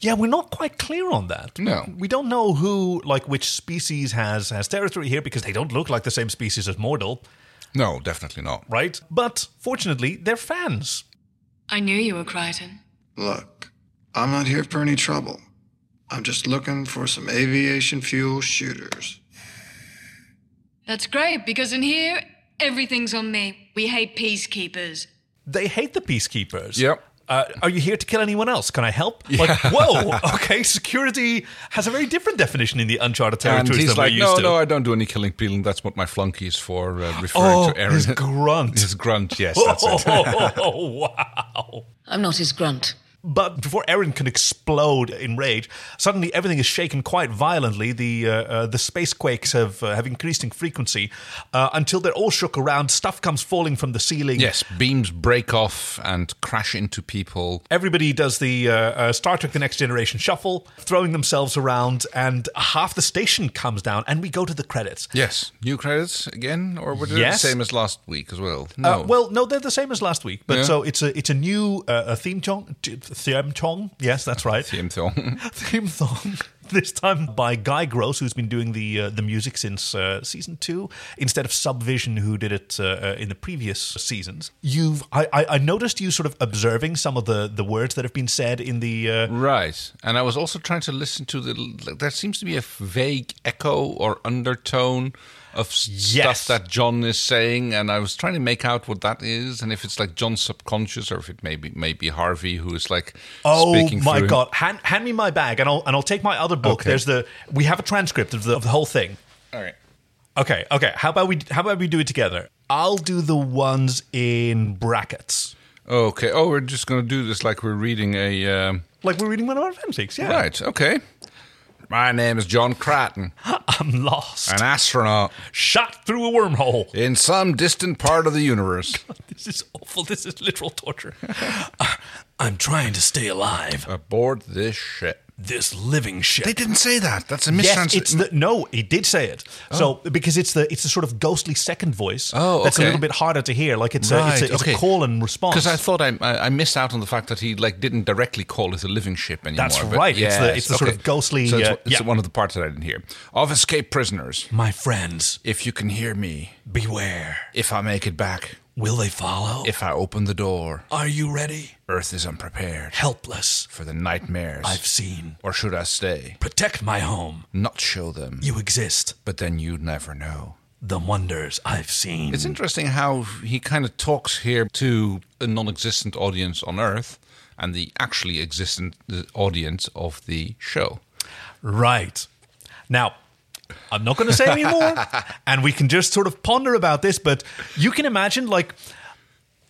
[SPEAKER 2] Yeah, we're not quite clear on that.
[SPEAKER 1] No.
[SPEAKER 2] we don't know who, like, which species has has territory here because they don't look like the same species as Mordal,
[SPEAKER 1] No, definitely not.
[SPEAKER 2] right? But fortunately, they're fans.
[SPEAKER 8] I knew you were Crichton.
[SPEAKER 9] Look, I'm not here for any trouble. I'm just looking for some aviation fuel shooters.
[SPEAKER 8] That's great because in here, everything's on me. We hate peacekeepers.
[SPEAKER 2] they hate the peacekeepers.
[SPEAKER 1] Yep.
[SPEAKER 2] Uh, are you here to kill anyone else? Can I help? Like, whoa, okay. Security has a very different definition in the uncharted
[SPEAKER 1] And
[SPEAKER 2] territories
[SPEAKER 1] he's
[SPEAKER 2] than
[SPEAKER 1] like,
[SPEAKER 2] we're used
[SPEAKER 1] no,
[SPEAKER 2] to.
[SPEAKER 1] no, I don't do any killing, peeling. That's what my flunky is for, uh, referring
[SPEAKER 2] oh,
[SPEAKER 1] to Aaron.
[SPEAKER 2] his grunt.
[SPEAKER 1] His grunt, yes,
[SPEAKER 2] oh,
[SPEAKER 1] that's it.
[SPEAKER 2] wow.
[SPEAKER 5] I'm not his grunt.
[SPEAKER 2] But before Aaron can explode in rage, suddenly everything is shaken quite violently. The uh, uh, the space quakes have uh, have increased in frequency uh, until they're all shook around. Stuff comes falling from the ceiling.
[SPEAKER 1] Yes, beams break off and crash into people.
[SPEAKER 2] Everybody does the uh, uh, Star Trek The Next Generation shuffle, throwing themselves around, and half the station comes down, and we go to the credits.
[SPEAKER 1] Yes, new credits again, or were they
[SPEAKER 2] Yes.
[SPEAKER 1] the same as last week as well? No,
[SPEAKER 2] Uh, well, no, they're the same as last week, but
[SPEAKER 1] Oh. Yeah.
[SPEAKER 2] so it's a it's a new uh, a theme song, theme song. Yes, that's right,
[SPEAKER 1] Same thing.
[SPEAKER 2] theme song, this time by Guy Gross, who's been doing the uh, the music since uh, season two, instead of Subvision, who did it uh, uh, in the previous seasons. You've I, I, I noticed you sort of observing some of the, the words that have been said in the uh,
[SPEAKER 1] Right. And I was also trying to listen to the. There seems to be a vague echo or undertone of s-
[SPEAKER 2] Yes.
[SPEAKER 1] stuff that John is saying, and I was trying to make out what that is, and if it's like John's subconscious, or if it may be, may be Harvey who is like.
[SPEAKER 2] Oh
[SPEAKER 1] speaking
[SPEAKER 2] my
[SPEAKER 1] through him.
[SPEAKER 2] god! Hand, hand me my bag, and I'll and I'll take my other book.
[SPEAKER 1] Okay.
[SPEAKER 2] There's the we have a transcript of the, of the whole thing.
[SPEAKER 1] All right.
[SPEAKER 2] Okay, okay. How about we how about we do it together? I'll do the ones in brackets,
[SPEAKER 1] Okay. Oh, we're just going to do this like we're reading a. Um,
[SPEAKER 2] like we're reading one of our fanfics. Yeah,
[SPEAKER 1] Right. Okay. My name is John Cratton,
[SPEAKER 2] I'm lost,
[SPEAKER 1] an astronaut
[SPEAKER 2] shot through a wormhole.
[SPEAKER 1] in some distant part of the universe.
[SPEAKER 2] This is awful. This is literal torture. Uh, I'm trying to stay alive.
[SPEAKER 1] Aboard this ship.
[SPEAKER 2] This living ship.
[SPEAKER 1] They didn't say that. That's a
[SPEAKER 2] Yes,
[SPEAKER 1] mistrans.
[SPEAKER 2] it's the no. He did say it. So because it's the it's the sort of ghostly second voice.
[SPEAKER 1] Oh,
[SPEAKER 2] that's a
[SPEAKER 1] okay.
[SPEAKER 2] little bit harder to hear. Like it's a, it's, a, it's a call and response.
[SPEAKER 1] Because I thought I, I I missed out on the fact that he like didn't directly call it a living ship anymore.
[SPEAKER 2] That's
[SPEAKER 1] but
[SPEAKER 2] right. It's the- it's the sort of ghostly,
[SPEAKER 1] So it's,
[SPEAKER 2] uh,
[SPEAKER 1] it's
[SPEAKER 2] yeah.
[SPEAKER 1] one of the parts that I didn't hear. Of escaped prisoners,
[SPEAKER 2] My friends,
[SPEAKER 1] if you can hear me,
[SPEAKER 2] beware.
[SPEAKER 1] if I make it back,
[SPEAKER 2] Will they follow?
[SPEAKER 1] if I open the door,
[SPEAKER 2] Are you ready?
[SPEAKER 1] Earth is unprepared
[SPEAKER 2] Helpless.
[SPEAKER 1] for the nightmares.
[SPEAKER 2] I've seen.
[SPEAKER 1] or should I stay?
[SPEAKER 2] Protect my home.
[SPEAKER 1] Not show them,
[SPEAKER 2] You exist.
[SPEAKER 1] but then you never know.
[SPEAKER 2] The wonders I've seen.
[SPEAKER 1] It's interesting how he kind of talks here to a non existent audience on Earth and the actually existent uh, audience of the show.
[SPEAKER 2] Right. Now, I'm not going to say any more, and we can just sort of ponder about this, but you can imagine, like,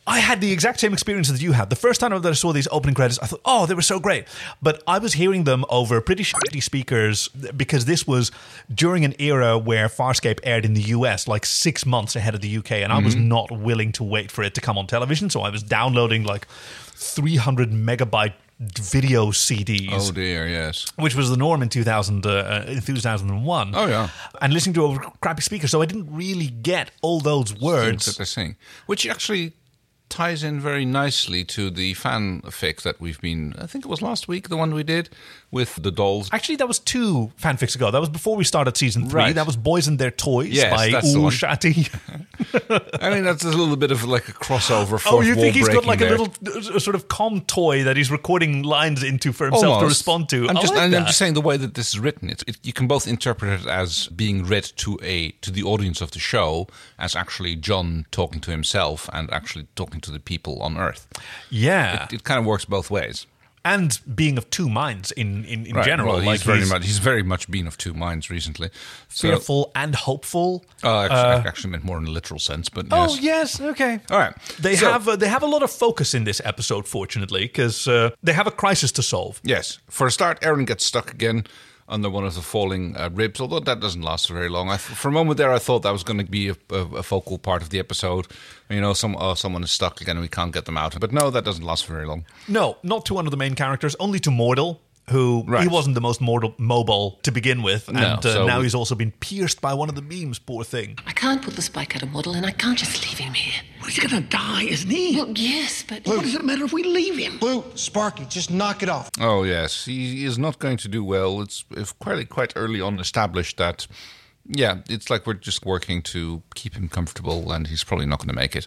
[SPEAKER 2] I had the exact same experience that you had. The first time that I saw these opening credits, I thought, oh, they were so great. But I was hearing them over pretty shitty speakers because this was during an era where Farscape aired in the US like six months ahead of the UK, and I was not willing to wait for it to come on television. So I was downloading like 300 megabyte video CDs
[SPEAKER 1] Oh dear, yes.
[SPEAKER 2] which was the norm in 2000, uh, uh, in 2001.
[SPEAKER 1] Oh, yeah.
[SPEAKER 2] And listening to a crappy speaker, so I didn't really get all those
[SPEAKER 1] Things that
[SPEAKER 2] words.
[SPEAKER 1] they're saying, which actually ties in very nicely to the fanfic that we've been. I think it was last week, the one we did with the dolls.
[SPEAKER 2] Actually, that was two fanfics ago. That was before we started season three.
[SPEAKER 1] Right.
[SPEAKER 2] That was Boys and Their Toys
[SPEAKER 1] Yes,
[SPEAKER 2] by
[SPEAKER 1] that's the
[SPEAKER 2] Ul
[SPEAKER 1] one.
[SPEAKER 2] Shati.
[SPEAKER 1] I mean, that's a little bit of like a crossover.
[SPEAKER 2] Oh,
[SPEAKER 1] fourth
[SPEAKER 2] you
[SPEAKER 1] wall
[SPEAKER 2] think he's got
[SPEAKER 1] breaking
[SPEAKER 2] like
[SPEAKER 1] there.
[SPEAKER 2] a little uh, sort of comm toy that he's recording lines into for himself to
[SPEAKER 1] Almost.
[SPEAKER 2] respond to?
[SPEAKER 1] I'm
[SPEAKER 2] I
[SPEAKER 1] just,
[SPEAKER 2] like
[SPEAKER 1] and I'm
[SPEAKER 2] that.
[SPEAKER 1] just saying the way that this is written, it's, it, you can both interpret it as being read to a to the audience of the show, as actually John talking to himself and actually talking to the people on Earth.
[SPEAKER 2] yeah,
[SPEAKER 1] It kind of works both ways.
[SPEAKER 2] and being of two minds in in, in
[SPEAKER 1] Right,
[SPEAKER 2] general,
[SPEAKER 1] well, he's
[SPEAKER 2] like
[SPEAKER 1] very much uh, he's very much been of two minds recently. So,
[SPEAKER 2] fearful and hopeful.
[SPEAKER 1] uh, actually, actually meant more in a literal sense, but
[SPEAKER 2] Oh
[SPEAKER 1] yes.
[SPEAKER 2] yes, okay.
[SPEAKER 1] All right.
[SPEAKER 2] They
[SPEAKER 1] So-
[SPEAKER 2] have uh, they have a lot of focus in this episode, fortunately, because uh, they have a crisis to solve.
[SPEAKER 1] Yes. For a start, Aaron gets stuck again under one of the falling uh, ribs, although that doesn't last for very long. I, for a moment there, I thought that was going to be a, a, a focal part of the episode. You know, some oh, someone is stuck again and we can't get them out. But no, that doesn't last for very long.
[SPEAKER 2] No, not to one of the main characters, only to Mortal, who he
[SPEAKER 1] Right.
[SPEAKER 2] wasn't the most mortal, mobile to begin with, and uh,
[SPEAKER 1] so-
[SPEAKER 2] now he's also been pierced by one of the beams. Poor thing.
[SPEAKER 5] I can't put the spike out of model, and I can't just leave him here.
[SPEAKER 3] Well, He's gonna die, isn't he?
[SPEAKER 5] Well, yes, but
[SPEAKER 3] What does it matter if we leave him?
[SPEAKER 4] Blue, Sparky, just knock it off.
[SPEAKER 1] Oh yes, he is not going to do well. It's it's quite quite early on established that. Yeah, it's like we're just working to keep him comfortable, and he's probably not going to make it.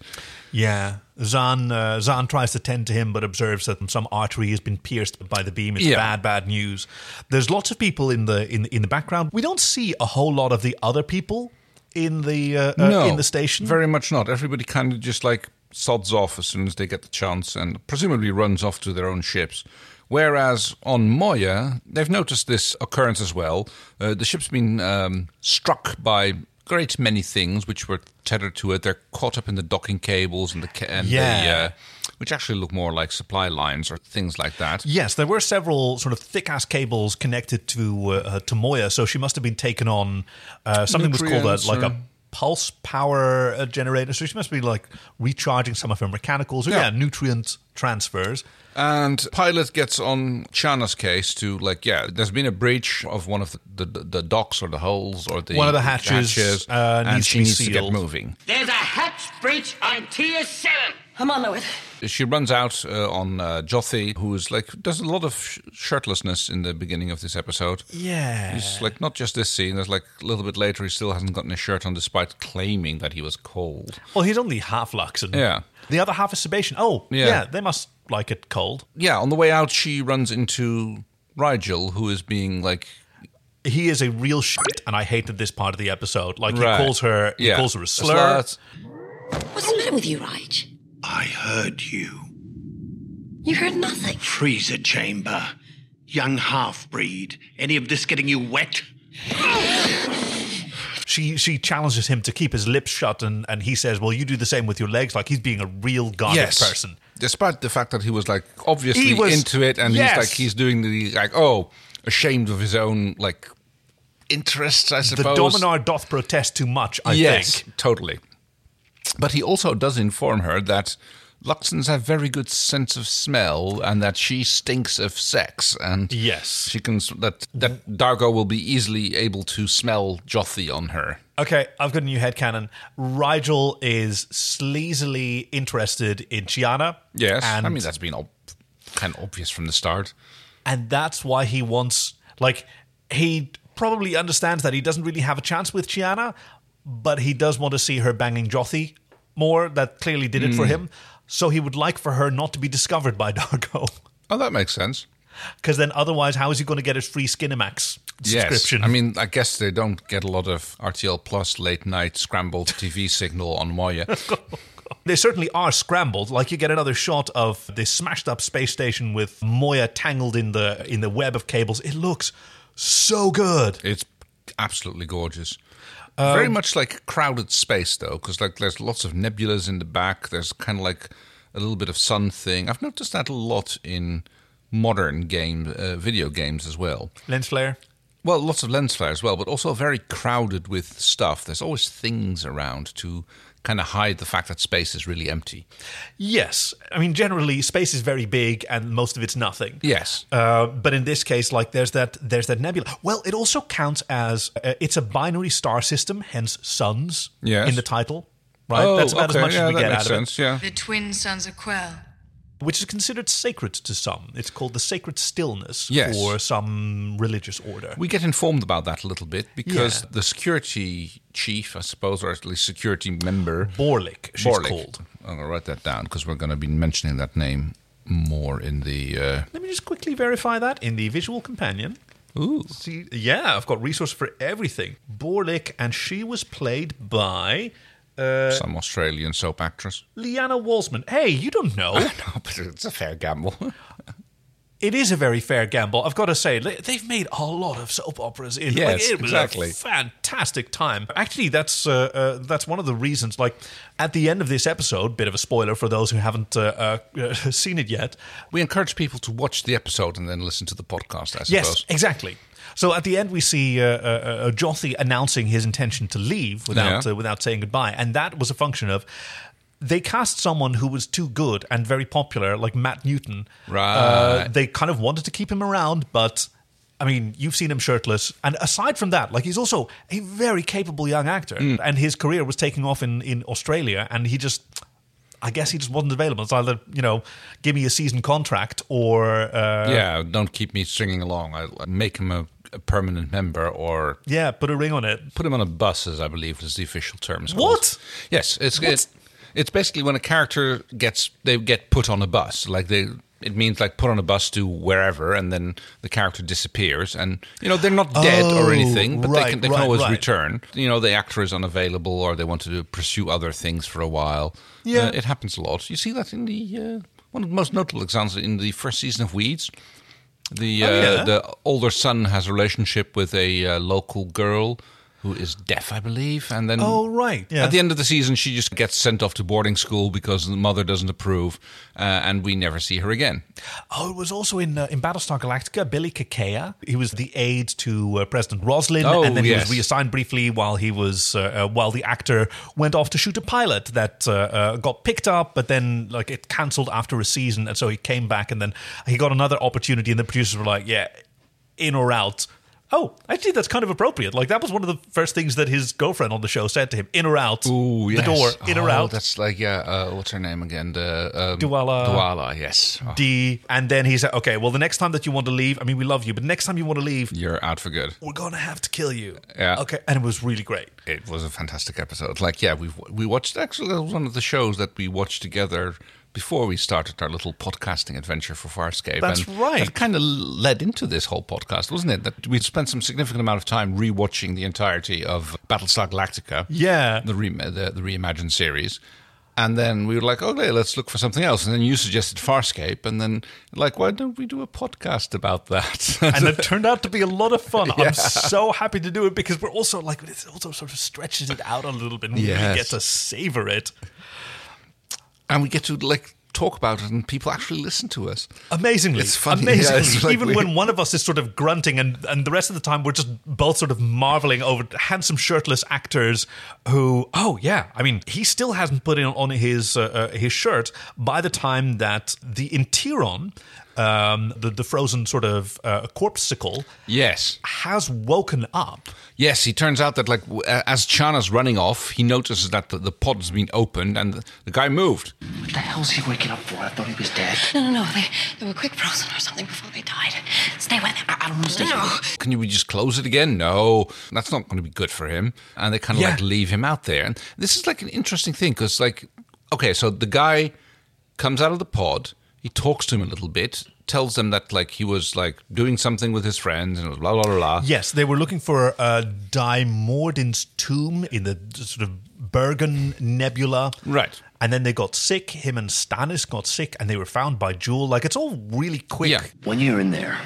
[SPEAKER 2] Yeah, Zan uh, Zan tries to tend to him, but observes that some artery has been pierced by the beam. It's
[SPEAKER 1] Yeah.
[SPEAKER 2] bad, bad news. There's lots of people in the in in the background. We don't see a whole lot of the other people in the uh, uh, in the station.
[SPEAKER 1] Very much not. Everybody kind of just like sods off as soon as they get the chance and presumably runs off to their own ships. Whereas on Moya, they've noticed this occurrence as well. Uh, the ship's been um, struck by great many things which were tethered to it. They're caught up in the docking cables and the ca- and
[SPEAKER 2] Yeah.
[SPEAKER 1] the, uh, which actually look more like supply lines or things like that.
[SPEAKER 2] Yes, there were several sort of thick ass cables connected to uh, uh, to Moya, so she must have been taken on. Uh, something was
[SPEAKER 1] Nutrients
[SPEAKER 2] called a, like
[SPEAKER 1] or-
[SPEAKER 2] a pulse power uh, generator, so she must be like recharging some of her mechanicals. Or, yeah.
[SPEAKER 1] Yeah.
[SPEAKER 2] nutrient transfers.
[SPEAKER 1] And Pilot gets on Chana's case to like, yeah, there's been a breach of one of the the, the docks or the holes or the
[SPEAKER 2] One of the hatches, uh,
[SPEAKER 1] and
[SPEAKER 2] needs to
[SPEAKER 1] she
[SPEAKER 2] be
[SPEAKER 1] needs to get
[SPEAKER 2] sealed.
[SPEAKER 1] moving.
[SPEAKER 10] There's a hatch breach on Tier 7.
[SPEAKER 5] I'm on with it.
[SPEAKER 1] She runs out uh, on uh, Jothi, who is like does a lot of sh- shirtlessness in the beginning of this episode.
[SPEAKER 2] Yeah.
[SPEAKER 1] It's like not just this scene. There's like a little bit later, he still hasn't gotten his shirt on, despite claiming that he was cold.
[SPEAKER 2] Well, he's only half Luxon.
[SPEAKER 1] Yeah.
[SPEAKER 2] The other half is Sebastian. Oh,
[SPEAKER 1] Yeah.
[SPEAKER 2] yeah. They must like it cold.
[SPEAKER 1] Yeah, on the way out, she runs into Rigel, who is being like,
[SPEAKER 2] He is a real shit, and I hated this part of the episode. Like
[SPEAKER 1] Right.
[SPEAKER 2] he calls her, he
[SPEAKER 1] Yeah.
[SPEAKER 2] calls her a slur.
[SPEAKER 1] Slut.
[SPEAKER 5] What's the matter with you, Raj?
[SPEAKER 3] I heard you.
[SPEAKER 5] You heard nothing.
[SPEAKER 3] Freezer chamber. Young half breed. Any of this getting you wet?
[SPEAKER 2] She she challenges him to keep his lips shut, and and he says, "Well, you do the same with your legs." Like he's being a real garbage person.
[SPEAKER 1] Despite the fact that he was like obviously
[SPEAKER 2] He was-
[SPEAKER 1] into it, and
[SPEAKER 2] Yes.
[SPEAKER 1] he's like he's doing the like oh ashamed of his own like interests, I
[SPEAKER 2] The
[SPEAKER 1] suppose.
[SPEAKER 2] Dominar doth protest too much. I
[SPEAKER 1] yes,
[SPEAKER 2] think.
[SPEAKER 1] totally. But he also does inform her that Luxons have very good sense of smell, and that she stinks of sex, and
[SPEAKER 2] Yes.
[SPEAKER 1] she can s- that that Dargo will be easily able to smell Jothi on her.
[SPEAKER 2] Okay, I've got a new headcanon. Rigel is sleazily interested in Chiana.
[SPEAKER 1] Yes,
[SPEAKER 2] and
[SPEAKER 1] I mean that's been ob- kind of obvious from the start.
[SPEAKER 2] and that's why he wants like he probably understands that he doesn't really have a chance with Chiana, but he does want to see her banging Jothi more. That clearly did it
[SPEAKER 1] Hmm.
[SPEAKER 2] for him. So he would like for her not to be discovered by Dargo.
[SPEAKER 1] Oh, that makes sense.
[SPEAKER 2] Because then otherwise, how is he going to get his free Skinemax subscription?
[SPEAKER 1] Yes. I mean, I guess they don't get a lot of RTL Plus late night scrambled TV signal on Moya.
[SPEAKER 2] they certainly are scrambled. Like you get another shot of this smashed up space station with Moya tangled in the in the web of cables. It looks so good.
[SPEAKER 1] It's absolutely gorgeous.
[SPEAKER 2] Um,
[SPEAKER 1] Very much like crowded space, though, because like there's lots of nebulas in the back. There's kind of like a little bit of sun thing. I've noticed that a lot in modern game uh, video games as well.
[SPEAKER 2] Lens flare.
[SPEAKER 1] Well, lots of lens flare as well, but also very crowded with stuff. There's always things around to kind of hide the fact that space is really empty.
[SPEAKER 2] Yes, I mean generally space is very big and most of it's nothing.
[SPEAKER 1] Yes.
[SPEAKER 2] Uh, but in this case, like there's that there's that nebula. Well, it also counts as uh, it's a binary star system, hence suns
[SPEAKER 1] Yes.
[SPEAKER 2] in the title. Right,
[SPEAKER 1] Oh,
[SPEAKER 2] that's about
[SPEAKER 1] okay,
[SPEAKER 2] as much
[SPEAKER 1] yeah,
[SPEAKER 2] as we
[SPEAKER 1] that
[SPEAKER 2] get
[SPEAKER 1] makes
[SPEAKER 2] out of
[SPEAKER 1] sense. Yeah.
[SPEAKER 8] The twin sons of Quell.
[SPEAKER 2] it, which is considered sacred to some. It's called the sacred stillness
[SPEAKER 1] Yes.
[SPEAKER 2] for some religious order.
[SPEAKER 1] We get informed about that a little bit because
[SPEAKER 2] Yeah.
[SPEAKER 1] the security chief, I suppose, or at least security member,
[SPEAKER 2] Borlik, she's
[SPEAKER 1] Borlik.
[SPEAKER 2] called.
[SPEAKER 1] I'm gonna write that down because we're gonna be mentioning that name more in the. Uh,
[SPEAKER 2] Let me just quickly verify that in the visual companion.
[SPEAKER 1] Ooh.
[SPEAKER 2] See, yeah, I've got resource for everything. Borlik, and she was played by
[SPEAKER 1] some Australian soap actress.
[SPEAKER 2] Liana Walsman. Hey, you don't know.
[SPEAKER 1] No, but it's a fair gamble.
[SPEAKER 2] it is a very fair gamble. I've got to say, li- they've made a lot of soap operas. In like,
[SPEAKER 1] Yes,
[SPEAKER 2] it was
[SPEAKER 1] exactly.
[SPEAKER 2] a fantastic time. Actually, that's uh, uh, that's one of the reasons. Like at the end of this episode, bit of a spoiler for those who haven't uh, uh, seen it yet.
[SPEAKER 1] we encourage people to watch the episode and then listen to the podcast. I suppose.
[SPEAKER 2] Yes, exactly. So at the end, we see uh, uh, uh, Jothi announcing his intention to leave without
[SPEAKER 1] Yeah.
[SPEAKER 2] uh, without saying goodbye, and that was a function of they cast someone who was too good and very popular, like Matt Newton. Uh,
[SPEAKER 1] Right.
[SPEAKER 2] they kind of wanted to keep him around, but. I mean, you've seen him shirtless, and aside from that, like he's also a very capable young actor,
[SPEAKER 1] Mm.
[SPEAKER 2] and his career was taking off in, in Australia, and he just, I guess, he just wasn't available. It's either you know, give me a season contract or uh,
[SPEAKER 1] yeah, don't keep me stringing along. I I make him a, a permanent member or
[SPEAKER 2] yeah, put a ring on it.
[SPEAKER 1] put him on a bus, as I believe is the official term. it's
[SPEAKER 2] What?
[SPEAKER 1] called. Yes, it's
[SPEAKER 2] What?
[SPEAKER 1] it- it's basically when a character gets they get put on a bus, like they. It means like put on a bus to wherever, and then the character disappears, and you know they're not dead or
[SPEAKER 2] Oh,
[SPEAKER 1] anything, but they
[SPEAKER 2] right,
[SPEAKER 1] can they can
[SPEAKER 2] right,
[SPEAKER 1] always
[SPEAKER 2] right.
[SPEAKER 1] return. You know the actor is unavailable, or they want to do- pursue other things for a while.
[SPEAKER 2] Yeah.
[SPEAKER 1] Uh, it happens a lot. You see that in the uh, one of the most notable examples in the first season of Weeds. The uh,
[SPEAKER 2] Oh, yeah.
[SPEAKER 1] the older son has a relationship with a uh, local girl who is deaf, I believe, and then
[SPEAKER 2] Oh, right, yeah.
[SPEAKER 1] at the end of the season she just gets sent off to boarding school because the mother doesn't approve, uh, and we never see her again.
[SPEAKER 2] Oh, it was also in uh, in Battlestar Galactica. Billy Kakea, he was the aide to uh, President Roslin,
[SPEAKER 1] Oh,
[SPEAKER 2] and then he
[SPEAKER 1] yes.
[SPEAKER 2] was reassigned briefly while he was uh, uh, while the actor went off to shoot a pilot that uh, uh, got picked up, but then like it cancelled after a season, and so he came back, and then he got another opportunity, and the producers were like, "Yeah, in or out." oh, actually, that's kind of appropriate. Like, that was one of the first things that his girlfriend on the show said to him in or out.
[SPEAKER 1] Ooh, yes.
[SPEAKER 2] The door, in or
[SPEAKER 1] Oh,
[SPEAKER 2] out.
[SPEAKER 1] That's like yeah. Uh, what's her name again? The um,
[SPEAKER 2] Dwala.
[SPEAKER 1] Dwala. Yes. Oh,
[SPEAKER 2] D. And then he said, okay, well, the next time that you want to leave, I mean, we love you, but next time you want to leave,
[SPEAKER 1] you're out for good.
[SPEAKER 2] we're going to have to kill you.
[SPEAKER 1] Yeah.
[SPEAKER 2] Okay. And it was really great.
[SPEAKER 1] It was a fantastic episode. Like yeah, we we watched actually that was one of the shows that we watched together before we started our little podcasting adventure for Farscape.
[SPEAKER 2] That's
[SPEAKER 1] and
[SPEAKER 2] right.
[SPEAKER 1] That kind of led into this whole podcast, wasn't it? That we spent some significant amount of time rewatching the entirety of Battlestar Galactica.
[SPEAKER 2] Yeah.
[SPEAKER 1] the, re- the the reimagined series. And then we were like, okay, let's look for something else. And then you suggested Farscape, and then like, why don't we do a podcast about that?
[SPEAKER 2] and it turned out to be a lot of fun. I'm so happy to do it because we're also like it also sort of stretches it out a little bit. And
[SPEAKER 1] Yes.
[SPEAKER 2] We get to savor it.
[SPEAKER 1] and we get to like talk about it, and people actually listen to us.
[SPEAKER 2] Amazingly,
[SPEAKER 1] It's funny,
[SPEAKER 2] amazingly.
[SPEAKER 1] yeah, it's like
[SPEAKER 2] Even
[SPEAKER 1] we-
[SPEAKER 2] when one of us is sort of grunting, and and the rest of the time we're just both sort of marveling over handsome shirtless actors who, oh yeah, I mean he still hasn't put in on his uh, uh, his shirt by the time that the Interon, um, the the frozen sort of uh, corpseicle,
[SPEAKER 1] Yes,
[SPEAKER 2] has woken up.
[SPEAKER 1] yes. He turns out that like w- a- as Chana's running off, he notices that the, the pod's been opened and the, the guy moved.
[SPEAKER 3] What the hell's he waking up for? I thought he was dead.
[SPEAKER 5] No, no, no. They, they were quick frozen or something before they died. Stay with them. I don't understand. No.
[SPEAKER 1] Can you we just close it again? No, that's not going to be good for him. And they kind of
[SPEAKER 2] Yeah.
[SPEAKER 1] like leave him out there. And this is like an interesting thing because, like, okay, so the guy comes out of the pod, he talks to him a little bit, tells them that like he was like doing something with his friends and blah blah blah. blah.
[SPEAKER 2] Yes, they were looking for uh, Dimordan's tomb in the sort of Bergen Nebula.
[SPEAKER 1] Right.
[SPEAKER 2] And then they got sick. Him and Stannis got sick, and they were found by Jewel. Like it's all really quick.
[SPEAKER 1] Yeah.
[SPEAKER 3] When you were in there,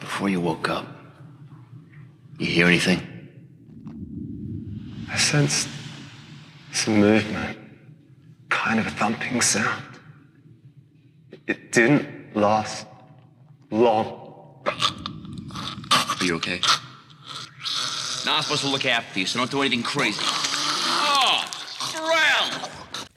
[SPEAKER 3] before you woke up, you hear anything?
[SPEAKER 6] I sensed some movement, kind of a thumping sound. It didn't last long.
[SPEAKER 3] Are you okay? Now I'm supposed to look after you, so don't do anything crazy. Oh, drown!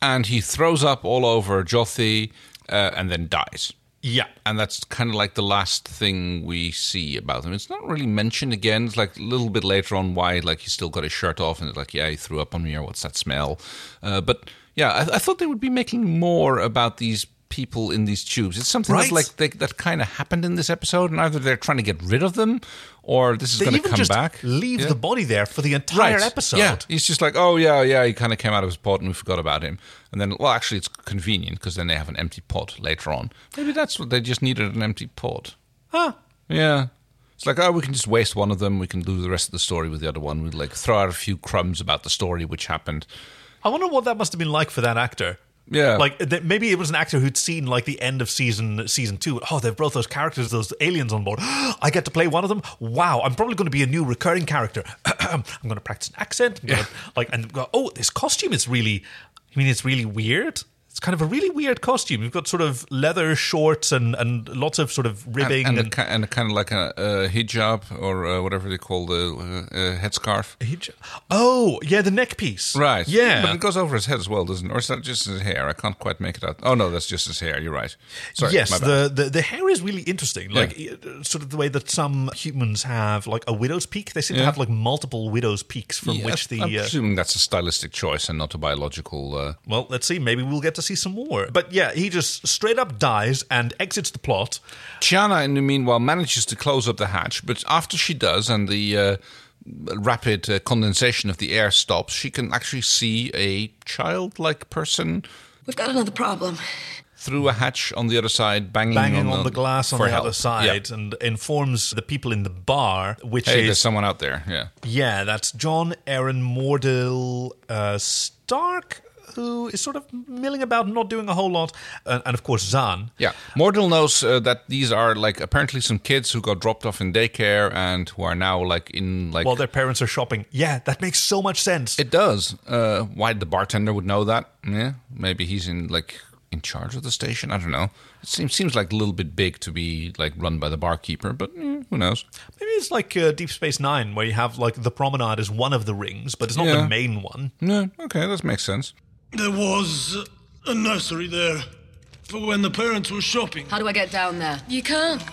[SPEAKER 1] And he throws up all over Jothi uh, and then dies.
[SPEAKER 2] Yeah.
[SPEAKER 1] And that's kind of like the last thing we see about him. It's not really mentioned again. It's like a little bit later on why, like, he's still got his shirt off and it's like, yeah, he threw up on me or what's that smell? Uh, but yeah, I, I thought they would be making more about these people in these tubes. It's something
[SPEAKER 2] Right.
[SPEAKER 1] that, like, they, that kind of happened in this episode, and either they're trying to get rid of them or this is
[SPEAKER 2] They
[SPEAKER 1] going to
[SPEAKER 2] even
[SPEAKER 1] come
[SPEAKER 2] just
[SPEAKER 1] back.
[SPEAKER 2] leave
[SPEAKER 1] Yeah.
[SPEAKER 2] the body there for the entire
[SPEAKER 1] Right.
[SPEAKER 2] episode.
[SPEAKER 1] Yeah, he's just like, oh yeah, yeah. He kind of came out of his pod and we forgot about him. And then, well, actually, it's convenient because then they have an empty pod later on. Maybe that's what they just needed—an empty pod.
[SPEAKER 2] Huh.
[SPEAKER 1] Yeah. It's like, oh, we can just waste one of them. We can do the rest of the story with the other one. We like throw out a few crumbs about the story which happened.
[SPEAKER 2] I wonder what that must have been like for that actor.
[SPEAKER 1] Yeah.
[SPEAKER 2] Like that maybe it was an actor who'd seen like the end of season season two. Oh, they've brought those characters, those aliens on board. I get to play one of them. Wow, I'm probably going to be a new recurring character. I'm going to practice an accent. I'm gonna, like and go, oh, this costume is really. I mean, it's really weird. It's kind of a really weird costume. You've got sort of leather shorts and and lots of sort of
[SPEAKER 1] And,
[SPEAKER 2] ribbing
[SPEAKER 1] and,
[SPEAKER 2] and,
[SPEAKER 1] a, ki- and a kind of like a, uh hijab or uh, whatever they call the uh, uh, headscarf.
[SPEAKER 2] oh yeah, the neck piece.
[SPEAKER 1] Right. But
[SPEAKER 2] Yeah.
[SPEAKER 1] it goes over his head as well, doesn't it? Or is that just his hair? I can't quite make it out. Oh, no, that's just his hair. You're right. Sorry.
[SPEAKER 2] yes,
[SPEAKER 1] my bad.
[SPEAKER 2] the, the the hair is really interesting. Like uh, sort of the way that some humans have like a widow's peak. They seem to
[SPEAKER 1] Yeah.
[SPEAKER 2] have like multiple widow's peaks from
[SPEAKER 1] Yeah,
[SPEAKER 2] which
[SPEAKER 1] I-
[SPEAKER 2] the
[SPEAKER 1] I'm
[SPEAKER 2] uh,
[SPEAKER 1] presuming that's a stylistic choice and not a biological. Uh,
[SPEAKER 2] well, let's see. Maybe we'll get to see some more. But yeah, he just straight up dies and exits the plot.
[SPEAKER 1] Chiana, in the meanwhile, manages to close up the hatch, but after she does, and the uh, rapid uh, condensation of the air stops, she can actually see a childlike person
[SPEAKER 5] We've got another problem.
[SPEAKER 1] through a hatch on the other side, banging,
[SPEAKER 2] Banging on, the glass on
[SPEAKER 1] for
[SPEAKER 2] the
[SPEAKER 1] help.
[SPEAKER 2] other side and informs the people in the bar, which
[SPEAKER 1] Yeah. Hey,
[SPEAKER 2] is
[SPEAKER 1] there's someone out there. Yeah.
[SPEAKER 2] Yeah, that's John Aaron Mordell uh, Stark, who is sort of milling about, not doing a whole lot, and, and of course Zahn.
[SPEAKER 1] Yeah. Mordil knows uh, that these are like apparently some kids who got dropped off in daycare and who are now like in like.
[SPEAKER 2] While their parents are shopping. Yeah, that makes so much sense.
[SPEAKER 1] It does. Uh, why the bartender would know that? Yeah, maybe he's in like in charge of the station. I don't know. It seems seems like a little bit big to be like run by the barkeeper, but eh, who knows?
[SPEAKER 2] Maybe it's like uh, Deep Space Nine, where you have like the promenade is one of the rings, but it's not
[SPEAKER 1] Yeah.
[SPEAKER 2] the main one.
[SPEAKER 1] No, okay, that makes sense.
[SPEAKER 7] There was a nursery there for when the parents were shopping.
[SPEAKER 5] How do I get down there?
[SPEAKER 8] You can't.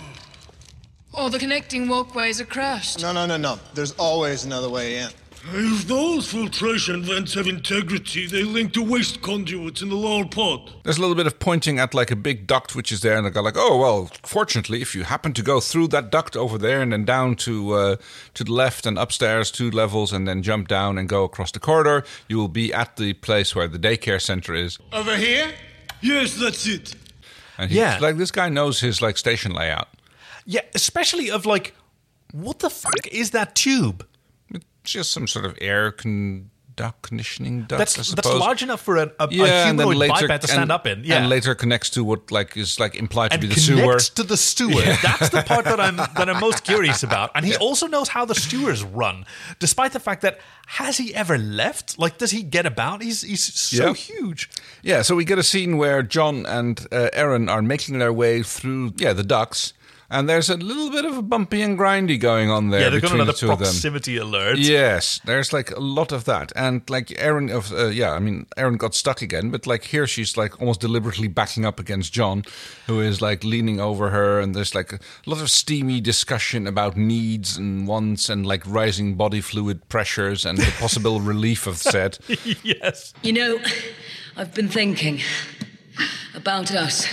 [SPEAKER 8] All the connecting walkways are crushed.
[SPEAKER 4] No, no, no, no. There's always another way in.
[SPEAKER 7] If those filtration vents have integrity, they link to waste conduits in the lower pod.
[SPEAKER 1] There's a little bit of pointing at like a big duct which is there, and I go like, oh well. Fortunately, if you happen to go through that duct over there and then down to uh, to the left and upstairs two levels, and then jump down and go across the corridor, you will be at the place where the daycare center is.
[SPEAKER 7] Over here? Yes, that's it.
[SPEAKER 1] And he's
[SPEAKER 2] Yeah.
[SPEAKER 1] like, this guy knows his like station layout.
[SPEAKER 2] Yeah, especially of like, what the fuck is that tube?
[SPEAKER 1] It's just some sort of air conduct conditioning duct. I
[SPEAKER 2] That's that's
[SPEAKER 1] suppose.
[SPEAKER 2] large enough for a, a,
[SPEAKER 1] Yeah,
[SPEAKER 2] a
[SPEAKER 1] and then
[SPEAKER 2] humanoid
[SPEAKER 1] later
[SPEAKER 2] biped to
[SPEAKER 1] and-
[SPEAKER 2] stand up in. Yeah,
[SPEAKER 1] and later connects to what like is like implied to
[SPEAKER 2] And
[SPEAKER 1] be the
[SPEAKER 2] connects
[SPEAKER 1] sewer.
[SPEAKER 2] to the steward. That's the part that I'm that I'm most curious about. And he also knows how the stewards run, despite the fact that has he ever left? Like, does he get about? He's he's so
[SPEAKER 1] Yeah.
[SPEAKER 2] huge.
[SPEAKER 1] Yeah, so we get a scene where John and uh, Aaron are making their way through, yeah, the ducts, and there's a little bit of a bumpy and grindy going on there
[SPEAKER 2] Yeah, they've got
[SPEAKER 1] between
[SPEAKER 2] another
[SPEAKER 1] the two of them.
[SPEAKER 2] proximity alert.
[SPEAKER 1] Yes, there's like a lot of that, and like Aaron of uh, yeah, I mean Aaron got stuck again, but like here she's like almost deliberately backing up against John, who is like leaning over her, and there's like a lot of steamy discussion about needs and wants and like rising body fluid pressures and the possible relief of said.
[SPEAKER 2] yes.
[SPEAKER 10] You know, I've been thinking about us.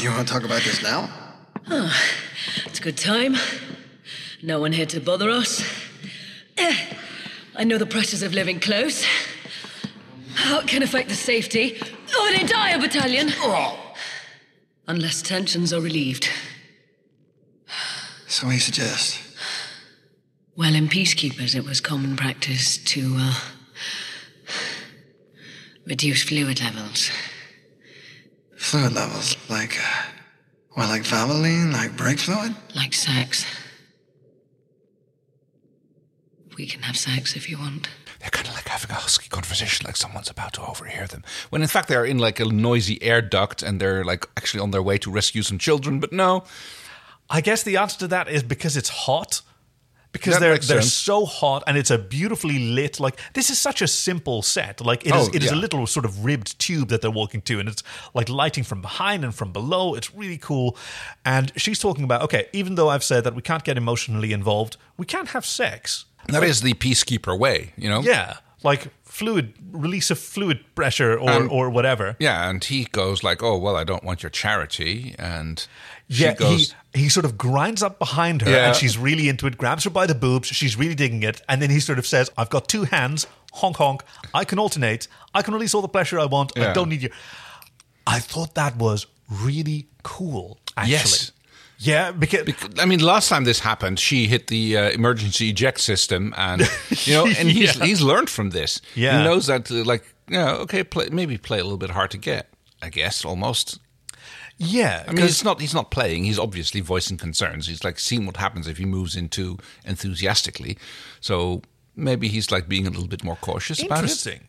[SPEAKER 9] You want to talk about this now?
[SPEAKER 10] It's a good time. No one here to bother us. Eh, I know the pressures of living close. How it can affect the safety of an entire battalion. Unless tensions are relieved.
[SPEAKER 9] So he suggests.
[SPEAKER 10] Well, in peacekeepers, it was common practice to uh, reduce fluid levels.
[SPEAKER 9] Fluid levels, like, uh, well, like Valvoline, like brake fluid?
[SPEAKER 10] Like sex. We can have sex if you want.
[SPEAKER 1] They're kind of like having a husky conversation, like someone's about to overhear them. When in fact they're in like a noisy air duct and they're like actually on their way to rescue some children. But no,
[SPEAKER 2] I guess the answer to that is because it's hot. Because
[SPEAKER 1] That
[SPEAKER 2] they're
[SPEAKER 1] makes
[SPEAKER 2] they're
[SPEAKER 1] sense.
[SPEAKER 2] so hot and it's a beautifully lit like this is such a simple set like it is
[SPEAKER 1] Oh,
[SPEAKER 2] it is a
[SPEAKER 1] yeah.
[SPEAKER 2] little sort of ribbed tube that they're walking to and it's like lighting from behind and from below it's really cool and she's talking about okay even though I've said that we can't get emotionally involved we can't have sex
[SPEAKER 1] that is the peacekeeper way, you know?
[SPEAKER 2] yeah like fluid release of fluid pressure or
[SPEAKER 1] Um,
[SPEAKER 2] or whatever
[SPEAKER 1] Yeah, and he goes like, "Oh well, I don't want your charity," and she
[SPEAKER 2] Yeah,
[SPEAKER 1] goes,
[SPEAKER 2] he, he sort of grinds up behind her
[SPEAKER 1] Yeah.
[SPEAKER 2] and she's really into it, grabs her by the boobs, she's really digging it, and then he sort of says, I've got two hands, honk honk, I can alternate, I can release all the pressure I want, I
[SPEAKER 1] Yeah.
[SPEAKER 2] don't need you. I thought that was really cool, actually.
[SPEAKER 1] Yes.
[SPEAKER 2] Yeah, because
[SPEAKER 1] I mean, last time this happened, she hit the uh, emergency eject system, and you know, and he's
[SPEAKER 2] Yeah.
[SPEAKER 1] he's learned from this.
[SPEAKER 2] Yeah.
[SPEAKER 1] he knows that uh, like, yeah, okay, play, maybe play a little bit hard to get. I guess almost
[SPEAKER 2] yeah,
[SPEAKER 1] I mean, he's not he's not playing. He's obviously voicing concerns. He's like seeing what happens if he moves in too enthusiastically. So maybe he's like being a little bit more cautious about it.
[SPEAKER 2] Interesting.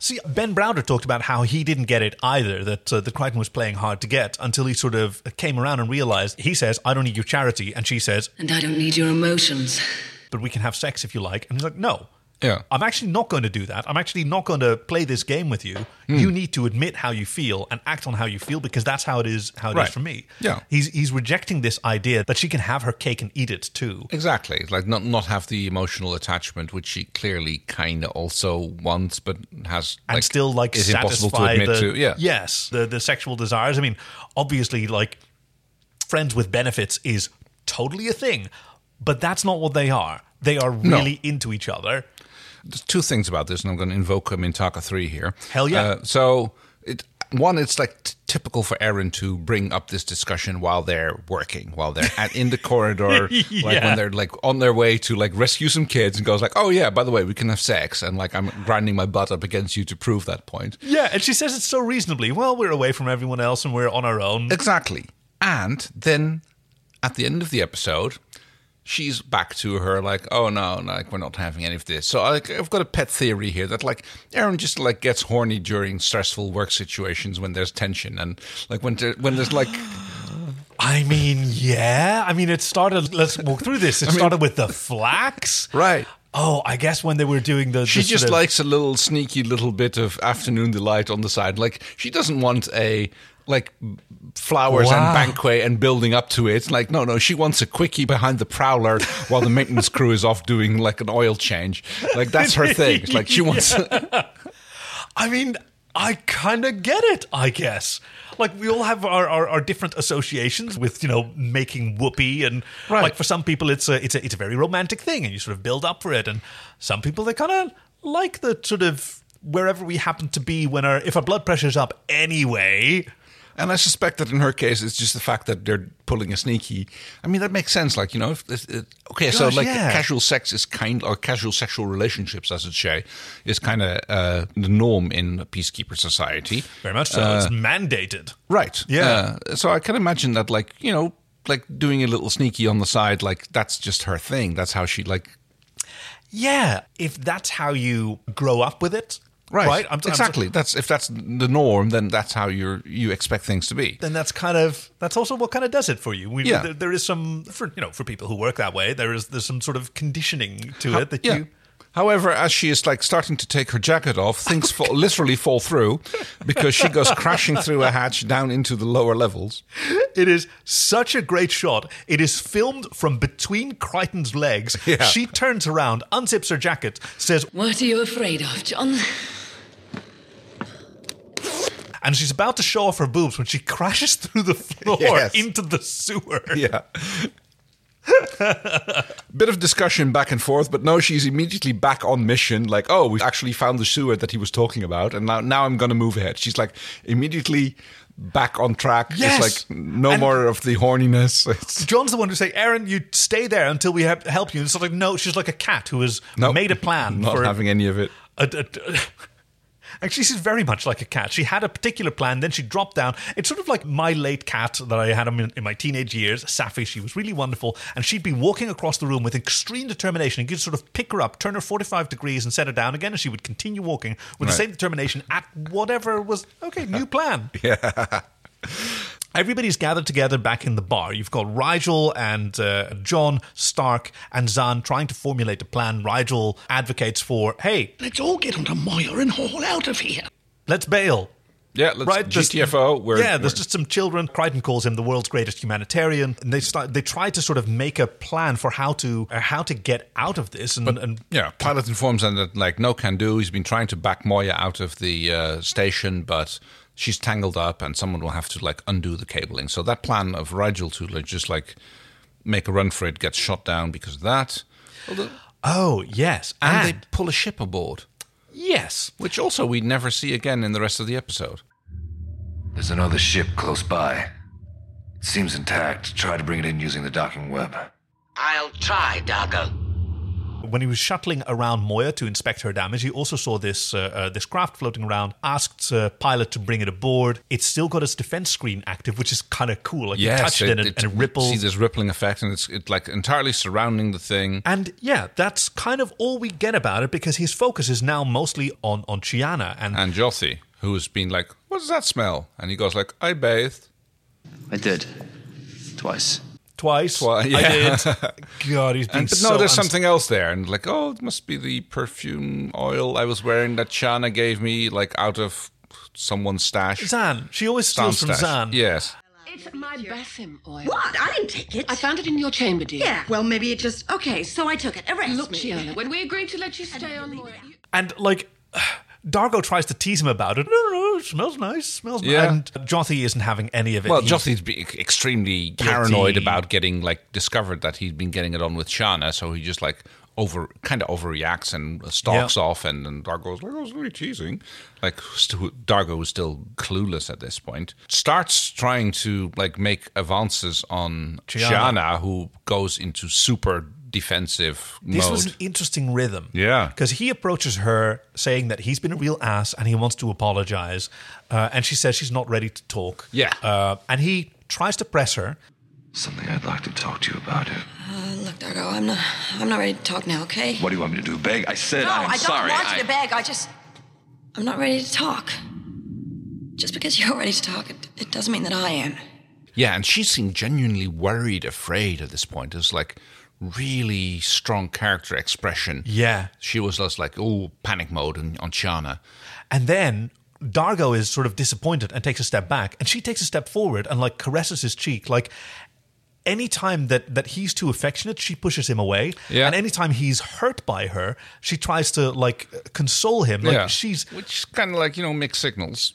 [SPEAKER 2] See, Ben Browder talked about how he didn't get it either, that uh, the Crichton was playing hard to get until he sort of came around and realized he says, I don't need your charity. And she says,
[SPEAKER 10] And I don't need your emotions.
[SPEAKER 2] but we can have sex if you like. And he's like, no.
[SPEAKER 1] Yeah.
[SPEAKER 2] I'm actually not going to do that. I'm actually not going to play this game with you.
[SPEAKER 1] Hmm.
[SPEAKER 2] You need to admit how you feel and act on how you feel because that's how it is how it is
[SPEAKER 1] Right.
[SPEAKER 2] for me.
[SPEAKER 1] Yeah.
[SPEAKER 2] He's he's rejecting this idea that she can have her cake and eat it too.
[SPEAKER 1] Exactly. It's Like not not have the emotional attachment, which she clearly kind of also wants, but has
[SPEAKER 2] and
[SPEAKER 1] like,
[SPEAKER 2] still like
[SPEAKER 1] is
[SPEAKER 2] satisfy
[SPEAKER 1] impossible to admit
[SPEAKER 2] the,
[SPEAKER 1] to. Yeah.
[SPEAKER 2] yes the the sexual desires i mean obviously like friends with benefits is totally a thing but that's not what they are they are really into each other
[SPEAKER 1] There's two things about this, and I'm going to invoke a Mintaka three here.
[SPEAKER 2] Hell yeah.
[SPEAKER 1] Uh, so it one, it's like t- typical for Aaron to bring up this discussion while they're working, while they're at, in the corridor, like
[SPEAKER 2] Yeah.
[SPEAKER 1] when they're like on their way to like rescue some kids, and goes like, "Oh yeah, by the way, we can have sex," and like I'm grinding my butt up against you to prove that point.
[SPEAKER 2] yeah and she says it so reasonably well we're away from everyone else and we're on our own
[SPEAKER 1] Exactly. And then at the end of the episode, she's back to her like, oh no, like we're not having any of this. So like, I've got a pet theory here that like Aaron just like gets horny during stressful work situations when there's tension and like when there, when there's like
[SPEAKER 2] i mean yeah i mean it started let's walk through this it started with the flax
[SPEAKER 1] Right.
[SPEAKER 2] Oh, I guess when they were doing the, the
[SPEAKER 1] She
[SPEAKER 2] sort
[SPEAKER 1] just
[SPEAKER 2] of-
[SPEAKER 1] likes a little sneaky little bit of afternoon delight on the side. Like she doesn't want a like flowers
[SPEAKER 2] Wow.
[SPEAKER 1] and banquet and building up to it. Like no, no, she wants a quickie behind the prowler while the maintenance crew is off doing like an oil change. Like that's her thing. It's like she wants.
[SPEAKER 2] I mean, I kind of get it, I guess. Like, we all have our, our, our different associations with, you know, making whoopee. And, like, for some people, it's a, it's, a, it's a very romantic thing, and you sort of build up for it. And some people, they kind of like the sort of wherever we happen to be when our, if our blood pressure's up anyway.
[SPEAKER 1] And I suspect that in her case, it's just the fact that they're pulling a sneaky. I mean, that makes sense. Like you know, if, if, if- okay, so
[SPEAKER 2] Gosh,
[SPEAKER 1] like
[SPEAKER 2] yeah.
[SPEAKER 1] casual sex is kind, or casual sexual relationships, as it say, is kind of uh, the norm in peacekeeper society.
[SPEAKER 2] Very much so.
[SPEAKER 1] Uh,
[SPEAKER 2] it's mandated.
[SPEAKER 1] Right.
[SPEAKER 2] Yeah.
[SPEAKER 1] Uh, so I can imagine that, like, you know, like doing a little sneaky on the side, like, that's just her thing. That's how she, like,
[SPEAKER 2] Yeah. If that's how you grow up with it.
[SPEAKER 1] right.
[SPEAKER 2] right? I'm- I'm-
[SPEAKER 1] exactly. that's if that's the norm, then that's how you're you expect things to be.
[SPEAKER 2] then that's kind of that's also what kind of does it for you. We,
[SPEAKER 1] Yeah.
[SPEAKER 2] there, there is some for you know for people who work that way. There is there's some sort of conditioning to it that
[SPEAKER 1] Yeah.
[SPEAKER 2] you.
[SPEAKER 1] However, as she is like starting to take her jacket off, things fall, literally fall through because she goes crashing through a hatch down into the lower levels.
[SPEAKER 2] It is such a great shot. It is filmed from between Crichton's legs.
[SPEAKER 1] Yeah.
[SPEAKER 2] She turns around, unzips her jacket, says,
[SPEAKER 10] What are you afraid of, John?
[SPEAKER 2] and she's about to show off her boobs when she crashes through the floor
[SPEAKER 1] Yes.
[SPEAKER 2] into the sewer.
[SPEAKER 1] Yeah. Bit of discussion back and forth, but no, she's immediately back on mission. Like, oh, we actually found the sewer that he was talking about, and now now I'm gonna move ahead. She's like immediately back on track.
[SPEAKER 2] Yes!
[SPEAKER 1] It's like no
[SPEAKER 2] And-
[SPEAKER 1] more of the horniness. It's-
[SPEAKER 2] John's the one who say, "Aaron, you stay there until we have help you." And it's like, no, she's like a cat who has
[SPEAKER 1] Nope.
[SPEAKER 2] made a plan
[SPEAKER 1] Not
[SPEAKER 2] for
[SPEAKER 1] having any of it.
[SPEAKER 2] a, a- a- actually she's very much like a cat she had a particular plan then she dropped down it's sort of like my late cat that i had in, in my teenage years safi she was really wonderful and she'd be walking across the room with extreme determination and you'd sort of pick her up turn her 45 degrees and set her down again and she would continue walking with the
[SPEAKER 1] Right.
[SPEAKER 2] same determination at whatever was okay new plan Everybody's gathered together back in the bar. You've got Rigel and uh, John, Stark, and Zahn trying to formulate a plan. Rigel advocates for, hey,
[SPEAKER 11] Let's all get onto Moira and haul out of here.
[SPEAKER 2] let's bail.
[SPEAKER 1] Yeah, let's
[SPEAKER 2] right? There's-
[SPEAKER 1] GTFO. We're,
[SPEAKER 2] yeah, there's
[SPEAKER 1] we're-
[SPEAKER 2] just some children. Crichton calls him the world's greatest humanitarian, and they start. They try to sort of make a plan for how to uh, how to get out of this, and, and
[SPEAKER 1] yeah. Pilot informs them that like no can do. He's been trying to back Moya out of the uh, station, but she's tangled up, and someone will have to like undo the cabling. So that plan of Rigel to like, just like make a run for it gets shot down because of that.
[SPEAKER 2] oh yes,
[SPEAKER 1] And,
[SPEAKER 2] and,
[SPEAKER 1] they pull a ship aboard,
[SPEAKER 2] yes,
[SPEAKER 1] which also we never see again in the rest of the episode.
[SPEAKER 12] There's another ship close by. It seems intact. Try to bring it in using the docking web.
[SPEAKER 11] I'll try, Dargo.
[SPEAKER 2] when he was shuttling around Moya to inspect her damage, he also saw this uh, uh, this craft floating around. Asked uh, pilot to bring it aboard. It's still got its defense screen active, which is kind of cool. Like you touch it, and it, and it ripples.
[SPEAKER 1] See this rippling effect, and it's it like entirely surrounding the thing.
[SPEAKER 2] And yeah, that's kind of all we get about it because his focus is now mostly on on Chiana and
[SPEAKER 1] And Jothi, who has been like, "What does that smell?" and he goes like, "I bathed."
[SPEAKER 3] I did. Twice.
[SPEAKER 2] twice.
[SPEAKER 1] Twi- yeah.
[SPEAKER 2] I did. God, he's been
[SPEAKER 1] And, but
[SPEAKER 2] so.
[SPEAKER 1] no, there's
[SPEAKER 2] uns-
[SPEAKER 1] something else there, and like, oh, it must be the perfume oil I was wearing that Chana gave me, like out of someone's stash.
[SPEAKER 2] Zan. She always
[SPEAKER 1] Zan
[SPEAKER 2] steals from
[SPEAKER 1] stash.
[SPEAKER 2] Zan.
[SPEAKER 1] Yes.
[SPEAKER 5] It's my Bethim oil.
[SPEAKER 13] What? I didn't take it.
[SPEAKER 5] I found it in your chamber, dear.
[SPEAKER 13] Yeah. Well, maybe it just. Okay, so I took it. Arrest
[SPEAKER 5] Look,
[SPEAKER 13] me.
[SPEAKER 5] Gianna, when we agreed to let you stay on Moira, you-
[SPEAKER 2] And like, Dargo tries to tease him about it. No, no, no, it smells nice. Smells
[SPEAKER 1] Yeah.
[SPEAKER 2] nice. And Jothi isn't having any of it.
[SPEAKER 1] Well,
[SPEAKER 2] He's-
[SPEAKER 1] Jothi's be extremely paranoid about getting like discovered that he'd been getting it on with Chana, so he just like over kind of overreacts and stalks
[SPEAKER 2] Yeah.
[SPEAKER 1] off, and, and Dargo's like, "Oh, it's really teasing." Like st- Dargo is still clueless at this point. Starts trying to like make advances on
[SPEAKER 2] Chiana.
[SPEAKER 1] Chana, who goes into super defensive
[SPEAKER 2] This
[SPEAKER 1] mode.
[SPEAKER 2] was an interesting rhythm.
[SPEAKER 1] Yeah.
[SPEAKER 2] Because he approaches her saying that he's been a real ass and he wants to apologize. Uh, and she says she's not ready to talk.
[SPEAKER 1] Yeah.
[SPEAKER 2] Uh, and he tries to press her.
[SPEAKER 12] Something I'd like to talk to you about. It.
[SPEAKER 5] Uh, look, Dargo, I'm not. I'm not ready to talk now. Okay.
[SPEAKER 12] What do you want me to do? Beg? I said
[SPEAKER 5] no,
[SPEAKER 12] I'm
[SPEAKER 5] I don't
[SPEAKER 12] sorry.
[SPEAKER 5] want
[SPEAKER 12] I-
[SPEAKER 5] you to beg. I just. I'm not ready to talk. Just because you're ready to talk, it, it doesn't mean that I am.
[SPEAKER 1] Yeah, and she seemed genuinely worried, afraid at this point. It's like, really strong character expression.
[SPEAKER 2] Yeah.
[SPEAKER 1] She was just like, oh, panic mode on, on Shauna.
[SPEAKER 2] And then Dargo is sort of disappointed and takes a step back, and she takes a step forward and like caresses his cheek. Like anytime that that he's too affectionate, she pushes him away.
[SPEAKER 1] Yeah.
[SPEAKER 2] And anytime he's hurt by her, she tries to like console him. Like
[SPEAKER 1] Yeah.
[SPEAKER 2] she's
[SPEAKER 1] which is kind of like you know mixed signals.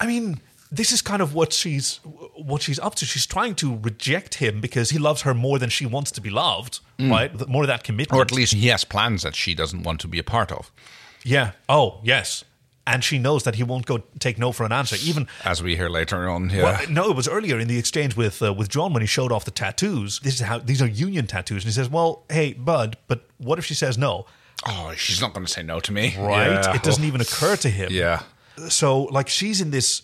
[SPEAKER 2] I mean, this is kind of what she's what she's up to. She's trying to reject him because he loves her more than she wants to be loved,
[SPEAKER 1] Mm.
[SPEAKER 2] right? The- More of that commitment,
[SPEAKER 1] Or at least he has plans that she doesn't want to be a part of,
[SPEAKER 2] yeah. Oh, yes. And she knows that he won't go take no for an answer, even
[SPEAKER 1] as we hear later on. Yeah.
[SPEAKER 2] Well, Uh, no, it was earlier in the exchange with uh, with John when he showed off the tattoos. This is how these are union tattoos, and he says, "Well, hey, bud, but what if she says no?"
[SPEAKER 1] Oh, she's not going to say no to me,
[SPEAKER 2] right?
[SPEAKER 1] Yeah.
[SPEAKER 2] It doesn't even occur to him.
[SPEAKER 1] Yeah.
[SPEAKER 2] So, like, she's in this.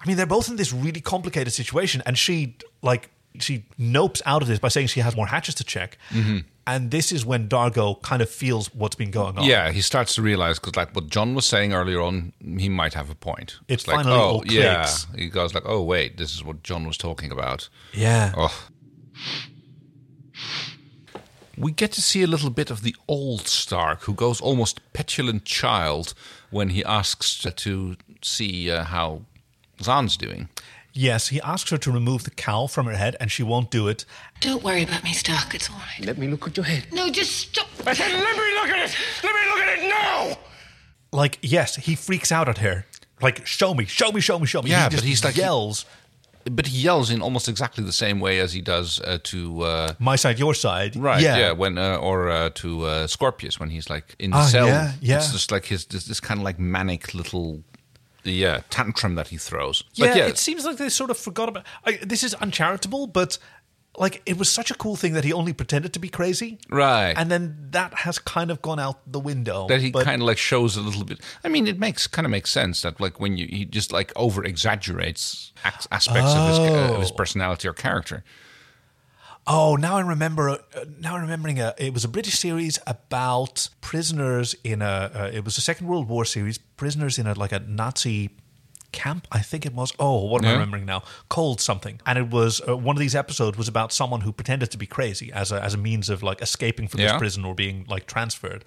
[SPEAKER 2] I mean, they're both in this really complicated situation, and she like she nopes out of this by saying she has more hatches to check.
[SPEAKER 1] Mhm.
[SPEAKER 2] And this is when Dargo kind of feels what's been going on.
[SPEAKER 1] Yeah, he starts to realize because, like, what John was saying earlier on, he might have a point.
[SPEAKER 2] It
[SPEAKER 1] like, oh,
[SPEAKER 2] finally all
[SPEAKER 1] yeah.
[SPEAKER 2] clicks.
[SPEAKER 1] He goes like, "Oh, wait, this is what John was talking about."
[SPEAKER 2] Yeah.
[SPEAKER 1] Oh. We get to see a little bit of the old Stark, who goes almost petulant child when he asks to see uh, how Zan's doing.
[SPEAKER 2] Yes, he asks her to remove the cowl from her head, and she won't do it.
[SPEAKER 14] Don't worry about me, Stark. It's all right.
[SPEAKER 2] Let me look at your head.
[SPEAKER 14] No, just stop.
[SPEAKER 11] I said, let me look at it! Let me look at it now!
[SPEAKER 2] Like, yes, he freaks out at her. Like, show me, show me, show me, show me.
[SPEAKER 1] Yeah,
[SPEAKER 2] he just
[SPEAKER 1] but he's like
[SPEAKER 2] yells.
[SPEAKER 1] but he yells in almost exactly the same way as he does uh, to uh,
[SPEAKER 2] my side, your side,
[SPEAKER 1] right?
[SPEAKER 2] Yeah.
[SPEAKER 1] Yeah, when uh, or uh, to uh, Scorpius when he's like in
[SPEAKER 2] Ah,
[SPEAKER 1] the cell.
[SPEAKER 2] yeah, yeah.
[SPEAKER 1] It's just like his this, this kind of like manic little yeah tantrum that he throws.
[SPEAKER 2] yeah,
[SPEAKER 1] but yeah,
[SPEAKER 2] it seems like they sort of forgot about. I, this is uncharitable, but like it was such a cool thing that he only pretended to be crazy,
[SPEAKER 1] right.
[SPEAKER 2] and then that has kind of gone out the window.
[SPEAKER 1] that he
[SPEAKER 2] but-
[SPEAKER 1] kind of like shows a little bit. I mean, it makes kind of makes sense that like when you he just like over exaggerates aspects of his uh, of his
[SPEAKER 2] Oh.
[SPEAKER 1] personality or character.
[SPEAKER 2] Oh, now I remember. Uh, now I'm remembering. A, it was a British series about prisoners in a. Uh, it was a Second World War series. Prisoners in a like a Nazi camp. I think it was. Oh, what am I
[SPEAKER 1] Yeah.
[SPEAKER 2] remembering now? Cold something. And it was uh, one of these episodes was about someone who pretended to be crazy as a as a means of like escaping from
[SPEAKER 1] Yeah.
[SPEAKER 2] this prison or being like transferred,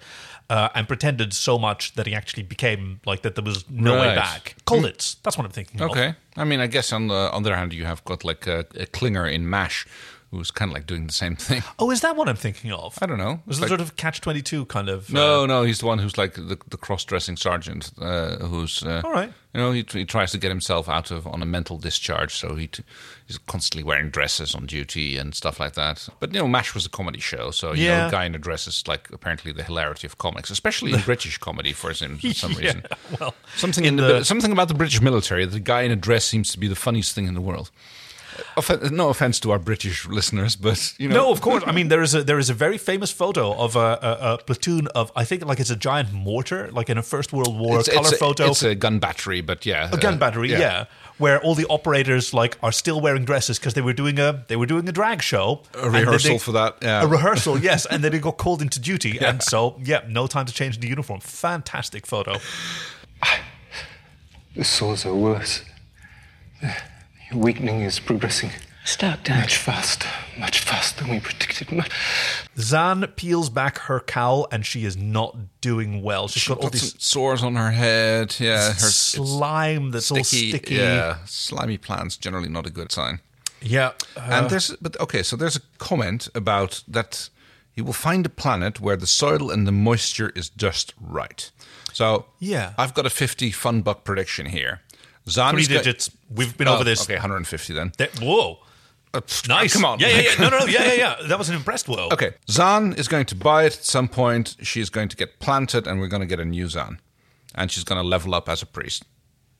[SPEAKER 2] uh, and pretended so much that he actually became like that. There was no way
[SPEAKER 1] Right. Mm.
[SPEAKER 2] back. Colditz. That's what I'm thinking. of.
[SPEAKER 1] Okay. I mean, I guess on the on the other hand, you have got like a, a Klinger in Mash, who's kind of like doing the same thing.
[SPEAKER 2] Oh, is that what I'm thinking of?
[SPEAKER 1] I don't know.
[SPEAKER 2] Was it
[SPEAKER 1] Like-
[SPEAKER 2] sort of catch twenty two kind of? uh,
[SPEAKER 1] No, no, he's the one who's like the, the cross-dressing sergeant, uh, who's uh,
[SPEAKER 2] All right.
[SPEAKER 1] You know, he, he tries to get himself out of on a mental discharge, so he t- he's constantly wearing dresses on duty and stuff like that. But you know, Mash was a comedy show, so you know,
[SPEAKER 2] Yeah.
[SPEAKER 1] a guy in a dress is like apparently the hilarity of comics, especially in British comedy for some, some
[SPEAKER 2] Yeah,
[SPEAKER 1] reason.
[SPEAKER 2] well,
[SPEAKER 1] something
[SPEAKER 2] in
[SPEAKER 1] in
[SPEAKER 2] the-
[SPEAKER 1] the, something about the British military. The guy in a dress seems to be the funniest thing in the world. Uh, Offen- no offense to our British listeners, but you know,
[SPEAKER 2] No, of course. I mean, there is a there is a very famous photo of a, a, a platoon of I think like it's a giant mortar, like in a First World War
[SPEAKER 1] it's,
[SPEAKER 2] color
[SPEAKER 1] it's a,
[SPEAKER 2] photo,
[SPEAKER 1] It's a gun battery, but yeah,
[SPEAKER 2] a gun
[SPEAKER 1] uh,
[SPEAKER 2] battery, yeah. where all the operators like are still wearing dresses because they were doing a they were doing a drag show,
[SPEAKER 1] A
[SPEAKER 2] and then
[SPEAKER 1] rehearsal
[SPEAKER 2] they-
[SPEAKER 1] for that, yeah.
[SPEAKER 2] a rehearsal, yes, and then they got called into duty,
[SPEAKER 1] Yeah.
[SPEAKER 2] and so yeah, no time to change the uniform. Fantastic photo.
[SPEAKER 6] The sores are worse. The weakening is progressing.
[SPEAKER 14] Stark,
[SPEAKER 6] Much faster, much faster than we predicted. Much.
[SPEAKER 2] Zan peels back her cowl, and she is not doing well. She's got all
[SPEAKER 1] got
[SPEAKER 2] these
[SPEAKER 1] some sores on her head. Yeah, her
[SPEAKER 2] slime that's all sticky.
[SPEAKER 1] Yeah, slimy plants generally not a good sign.
[SPEAKER 2] Yeah,
[SPEAKER 1] and there's but okay, so there's a comment about that you will find a planet where the soil and the moisture is just right. So
[SPEAKER 2] Yeah.
[SPEAKER 1] I've got a fifty fun buck prediction here. Zan
[SPEAKER 2] Three
[SPEAKER 1] is go-
[SPEAKER 2] digits. We've been
[SPEAKER 1] Oh,
[SPEAKER 2] over this.
[SPEAKER 1] Okay, 150 then. Uh,
[SPEAKER 2] That- whoa. nice.
[SPEAKER 1] come on.
[SPEAKER 2] Yeah, yeah, yeah. No, no, no. Yeah, yeah, yeah. That was an impressed whoa.
[SPEAKER 1] Okay, Zan is going to buy it at some point. She's going to get planted, and we're going to get a new Zan, and she's going to level up as a priest.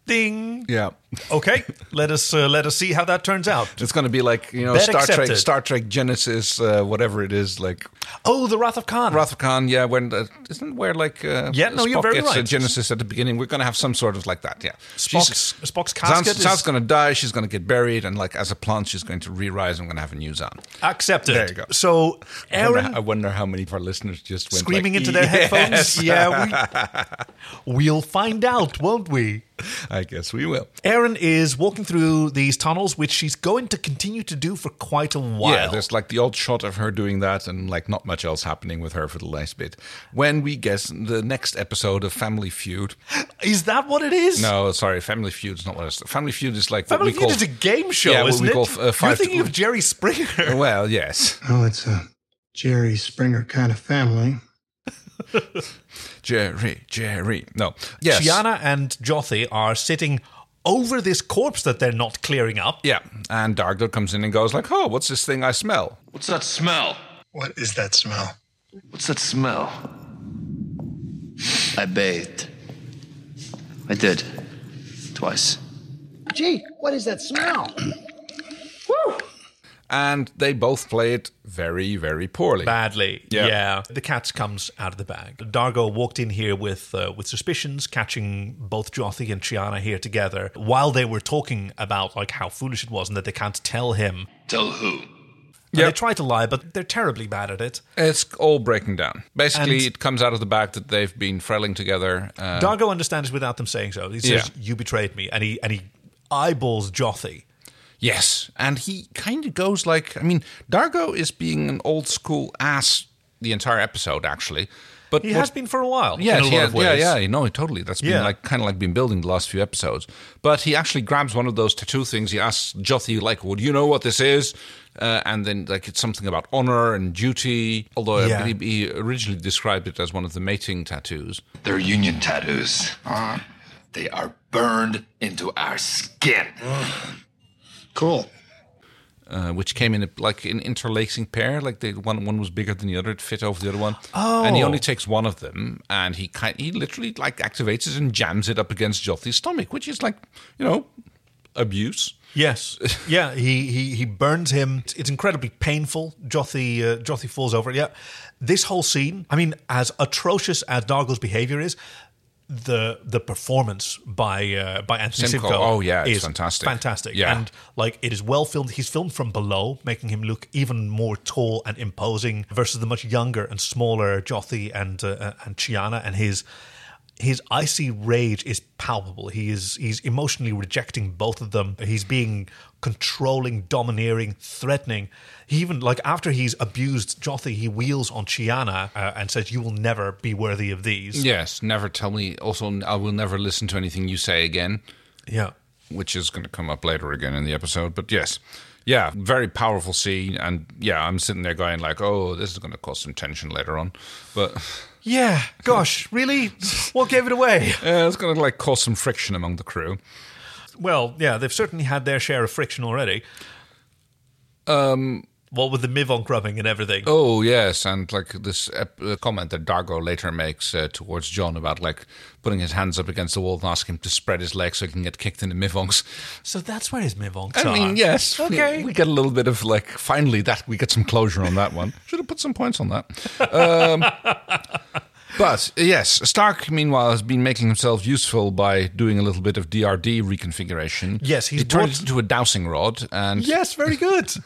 [SPEAKER 2] Ding.
[SPEAKER 1] Yeah,
[SPEAKER 2] Okay. let us uh, let us see how that turns out.
[SPEAKER 1] it's going to be like you know
[SPEAKER 2] Bet
[SPEAKER 1] Star
[SPEAKER 2] accepted.
[SPEAKER 1] Trek, Star Trek Genesis, uh, whatever it is, like
[SPEAKER 2] Oh, the Wrath of Khan.
[SPEAKER 1] Wrath of Khan. Yeah, when the, isn't where like uh,
[SPEAKER 2] Yeah, no, you're
[SPEAKER 1] Spock
[SPEAKER 2] very
[SPEAKER 1] gets a
[SPEAKER 2] right.
[SPEAKER 1] Genesis at the beginning. We're going to have some sort of like that. Yeah,
[SPEAKER 2] Spock's, Spock's
[SPEAKER 1] Zan's,
[SPEAKER 2] casket
[SPEAKER 1] Zan's
[SPEAKER 2] is
[SPEAKER 1] going to die. She's going to get buried, and like as a plant, she's going to re-rise. I'm going to have a new Zan.
[SPEAKER 2] accepted.
[SPEAKER 1] There you go.
[SPEAKER 2] So
[SPEAKER 1] I wonder,
[SPEAKER 2] Aaron
[SPEAKER 1] I wonder how many of our listeners just went
[SPEAKER 2] screaming
[SPEAKER 1] like, e-
[SPEAKER 2] into their
[SPEAKER 1] "Yes."
[SPEAKER 2] headphones. Yeah, we, we'll find out, won't we?
[SPEAKER 1] I guess we will.
[SPEAKER 2] Aaron Karen is walking through these tunnels, which she's going to continue to do for quite a while.
[SPEAKER 1] Yeah, there's like the old shot of her doing that and like not much else happening with her for the last bit. When we guess the next episode of Family Feud.
[SPEAKER 2] Is that what it is?
[SPEAKER 1] No, sorry, Family Feud's not what it's. Family Feud is like what
[SPEAKER 2] Family
[SPEAKER 1] we
[SPEAKER 2] Feud
[SPEAKER 1] call,
[SPEAKER 2] is a game show,
[SPEAKER 1] Yeah, what
[SPEAKER 2] isn't
[SPEAKER 1] we
[SPEAKER 2] it?
[SPEAKER 1] call uh,
[SPEAKER 2] You're
[SPEAKER 1] five
[SPEAKER 2] thinking of Jerry Springer.
[SPEAKER 1] Well, yes.
[SPEAKER 9] Oh, it's a Jerry Springer kind of family.
[SPEAKER 1] Jerry, Jerry. No. Yes.
[SPEAKER 2] Shiana and Jothi are sitting over this corpse that they're not clearing up.
[SPEAKER 1] Yeah. And Dargo comes in and goes like, "Oh, what's this thing I smell?"
[SPEAKER 12] What's that smell?
[SPEAKER 9] What is that smell?
[SPEAKER 12] What's that smell?
[SPEAKER 3] I bathed. I did. Twice.
[SPEAKER 15] Gee, what is that smell?
[SPEAKER 1] And they both play it very, very poorly.
[SPEAKER 2] Badly,
[SPEAKER 1] Yeah.
[SPEAKER 2] The cat comes out of the bag. Dargo walked in here with uh, with suspicions, catching both Jothi and Chiana here together while they were talking about like how foolish it was and that they can't tell him.
[SPEAKER 12] Tell who?
[SPEAKER 2] And They try to lie, but they're terribly bad at it.
[SPEAKER 1] It's all breaking down. Basically,
[SPEAKER 2] And-
[SPEAKER 1] it comes out of the bag that they've been frelling together. Uh,
[SPEAKER 2] Dargo understands without them saying so. He says,
[SPEAKER 1] Yeah.
[SPEAKER 2] "You betrayed me," and he and he eyeballs Jothi.
[SPEAKER 1] Yes, and he kind of goes like, I mean, Dargo is being an old school ass the entire episode, actually. But
[SPEAKER 2] He
[SPEAKER 1] what-
[SPEAKER 2] has been for a while.
[SPEAKER 1] Yeah,
[SPEAKER 2] in a lot
[SPEAKER 1] yeah,
[SPEAKER 2] of ways.
[SPEAKER 1] yeah, yeah. No, totally. That's been
[SPEAKER 2] Yeah.
[SPEAKER 1] like kind of like been building the last few episodes. But he actually grabs one of those tattoo things. He asks Jothi, like, "Well, do you know what this is?" Uh, and then like it's something about honor and duty. Although I
[SPEAKER 12] Yeah.
[SPEAKER 1] believe he originally described it as one of the mating tattoos.
[SPEAKER 12] They're union tattoos.
[SPEAKER 9] Uh-huh.
[SPEAKER 12] They are burned into our skin.
[SPEAKER 9] Cool.
[SPEAKER 1] Uh, which came in a, like an interlacing pair, like the one one was bigger than the other, it fit over the other one. and he
[SPEAKER 2] Oh.
[SPEAKER 1] only takes one of them, and he kind, he literally like activates it and jams it up against Jothi's stomach, which is like you know abuse.
[SPEAKER 2] Yes. Yeah, he, he he burns him. It's- It's incredibly painful. Jothi uh, Jothi falls over. Yeah. This whole scene, I mean, as atrocious as Dargo's behavior is, the the performance by uh, by Anthony
[SPEAKER 1] Simcoe.
[SPEAKER 2] Simcoe,
[SPEAKER 1] Oh, yeah, it's
[SPEAKER 2] is
[SPEAKER 1] fantastic.
[SPEAKER 2] Fantastic.
[SPEAKER 1] Yeah.
[SPEAKER 2] And like it is well filmed. He's filmed from below, making him look even more tall and imposing versus the much younger and smaller Jothi and uh, and Chiana and his his icy rage is palpable. He is he's emotionally rejecting both of them. He's being controlling, domineering, threatening. He even like after he's abused Jothi, he wheels on Chiana uh, and says, "You will never be worthy of these."
[SPEAKER 1] Yes, never tell me. Also, I will never listen to anything you say again.
[SPEAKER 2] Yeah.
[SPEAKER 1] Which is going to come up later again in the episode. But yes, yeah, very powerful scene. And yeah, I'm sitting there going, like, oh, this is going to cause some tension later on. But
[SPEAKER 2] Yeah. Gosh, really? What gave it away?
[SPEAKER 1] yeah, it's going to like cause some friction among the crew.
[SPEAKER 2] Well, yeah, they've certainly had their share of friction already. Um, what with the Mivon grubbing and everything.
[SPEAKER 1] Oh yes, and like this ep- uh, comment that Dargo later makes uh, towards John about like putting his hands up against the wall and asking him to spread his legs so he can get kicked in the mivongs.
[SPEAKER 2] So that's where his Mivonks
[SPEAKER 1] I
[SPEAKER 2] are.
[SPEAKER 1] mean, yes. we-
[SPEAKER 2] Okay.
[SPEAKER 1] We, get a little bit of like, finally, that we get some closure on that one. Should have put some points on that. Um, but yes, Stark, meanwhile, has been making himself useful by doing a little bit of DRD reconfiguration.
[SPEAKER 2] Yes, he's
[SPEAKER 1] he turned
[SPEAKER 2] brought-
[SPEAKER 1] it into a dowsing rod. And
[SPEAKER 2] Yes, very good.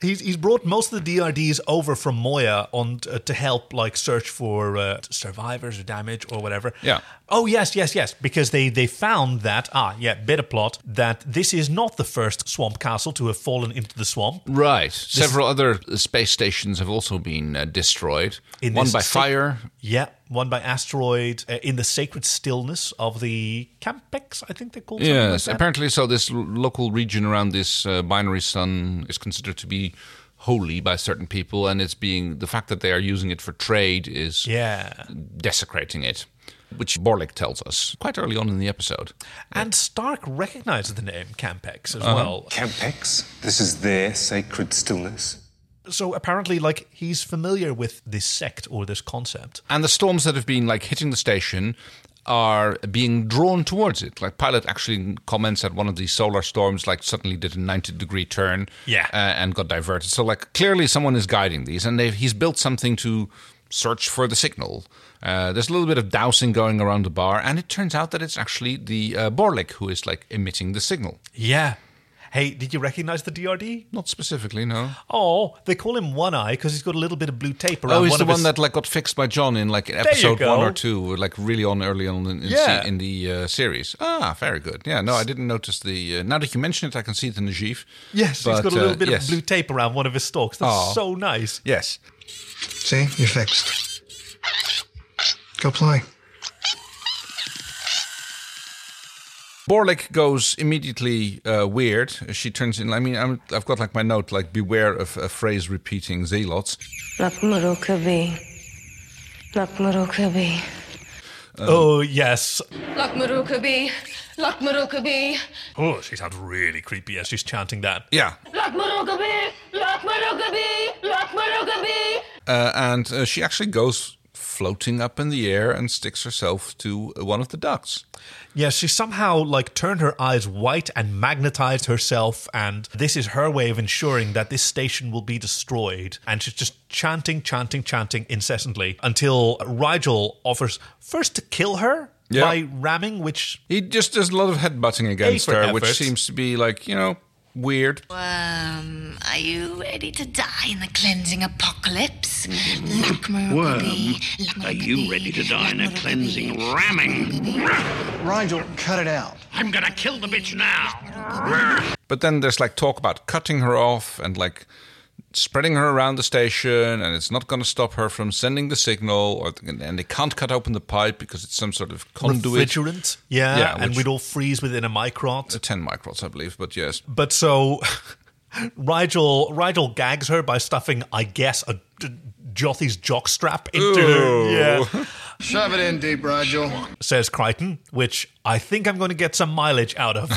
[SPEAKER 2] He's, he's brought most of the DRDs over from Moya on t- uh, to help like search for uh, survivors or damage or whatever.
[SPEAKER 1] Yeah.
[SPEAKER 2] Oh yes, yes, yes. Because they they found that ah yeah bit of plot that this is not the first swamp castle to have fallen into the swamp.
[SPEAKER 1] Right. Several other space stations have also been uh, destroyed.
[SPEAKER 2] In
[SPEAKER 1] One
[SPEAKER 2] this
[SPEAKER 1] by
[SPEAKER 2] sick-
[SPEAKER 1] fire.
[SPEAKER 2] Yeah, one by asteroid uh, in the sacred stillness of the Campex, I think they're called. something like
[SPEAKER 1] Yes,
[SPEAKER 2] that.
[SPEAKER 1] apparently. So this l- local region around this uh, binary sun is considered to be holy by certain people, and it's being the fact that they are using it for trade is
[SPEAKER 2] Yeah.
[SPEAKER 1] desecrating it, which Borlik tells us quite early on in the episode.
[SPEAKER 2] And Stark recognizes the name Campex as
[SPEAKER 1] Uh-huh.
[SPEAKER 2] well.
[SPEAKER 16] Campex, this is their sacred stillness.
[SPEAKER 2] So apparently, like he's familiar with this sect or this concept.
[SPEAKER 1] And the storms that have been like hitting the station are being drawn towards it. Like pilot actually comments that one of these solar storms like suddenly did a 90 degree turn
[SPEAKER 2] Yeah.
[SPEAKER 1] uh, and got diverted. So like clearly someone is guiding these and they've, he's built something to search for the signal. Uh, there's a little bit of dowsing going around the bar and it turns out that it's actually the uh, Borlik who is like emitting the signal.
[SPEAKER 2] Yeah. Hey, did you recognize the DRD?
[SPEAKER 1] Not specifically, no.
[SPEAKER 2] Oh, they call him One Eye because he's got a little bit of blue tape around
[SPEAKER 1] Oh, he's
[SPEAKER 2] one
[SPEAKER 1] the
[SPEAKER 2] of
[SPEAKER 1] one
[SPEAKER 2] his-
[SPEAKER 1] that like got fixed by John in like
[SPEAKER 2] you
[SPEAKER 1] episode
[SPEAKER 2] go.
[SPEAKER 1] one or two, like really on early on in, in,
[SPEAKER 2] Yeah.
[SPEAKER 1] se- in the uh, series. Ah, very good. Yeah, no, I didn't notice the. Uh, now that you mention it, I can see it in Najif.
[SPEAKER 2] Yes, he's
[SPEAKER 1] But,
[SPEAKER 2] got a little
[SPEAKER 1] uh,
[SPEAKER 2] bit
[SPEAKER 1] yes.
[SPEAKER 2] of blue tape around one of his stalks. That's
[SPEAKER 1] Aw.
[SPEAKER 2] so nice.
[SPEAKER 1] Yes.
[SPEAKER 9] See, you're fixed. Go play.
[SPEAKER 1] Borlik goes immediately uh, weird. She turns in. I mean, I'm, I've got like my note, like beware of a phrase repeating zealots.
[SPEAKER 17] Lakma Rokabi. Lakma Rokabi.
[SPEAKER 1] Um,
[SPEAKER 2] oh yes.
[SPEAKER 14] Lakmarukabi, Lakmarukabi,
[SPEAKER 2] Oh, she sounds really creepy as she's chanting that.
[SPEAKER 1] Yeah,
[SPEAKER 14] Lakmarukabi, Lakmarukabi, Lakmarukabi.
[SPEAKER 1] uh, and uh, she actually goes floating up in the air and sticks herself to one of the ducks.
[SPEAKER 2] Yeah, she somehow like turned her eyes white and magnetized herself, and this is her way of ensuring that this station will be destroyed. And she's just chanting, chanting, chanting incessantly until Rigel offers first to kill her
[SPEAKER 1] Yeah.
[SPEAKER 2] by ramming, which
[SPEAKER 1] he just does a lot of headbutting against
[SPEAKER 2] for
[SPEAKER 1] her, which
[SPEAKER 2] effort.
[SPEAKER 1] seems to be like you know weird.
[SPEAKER 14] Worm, are you ready to die in the cleansing apocalypse?
[SPEAKER 3] Worm,
[SPEAKER 14] Lakmarukabi,
[SPEAKER 3] Mm-hmm. are you ready to die in a cleansing ramming?
[SPEAKER 4] Rigel, cut it out.
[SPEAKER 3] I'm gonna kill the bitch now.
[SPEAKER 1] But then there's like talk about cutting her off and like spreading her around the station, and it's not going to stop her from sending the signal, or and they can't cut open the pipe because it's some sort of conduit.
[SPEAKER 2] refrigerant. Yeah, and
[SPEAKER 1] which-
[SPEAKER 2] we'd all freeze within a microt.
[SPEAKER 1] ten microns, I believe. But yes,
[SPEAKER 2] But so Rigel Rigel gags her by stuffing, I guess, a d- Jothy's jockstrap into
[SPEAKER 9] Ooh.
[SPEAKER 2] her. Yeah.
[SPEAKER 9] Shove it in deep, Rigel.
[SPEAKER 2] Says Crichton, which I think I'm going to get some mileage out of.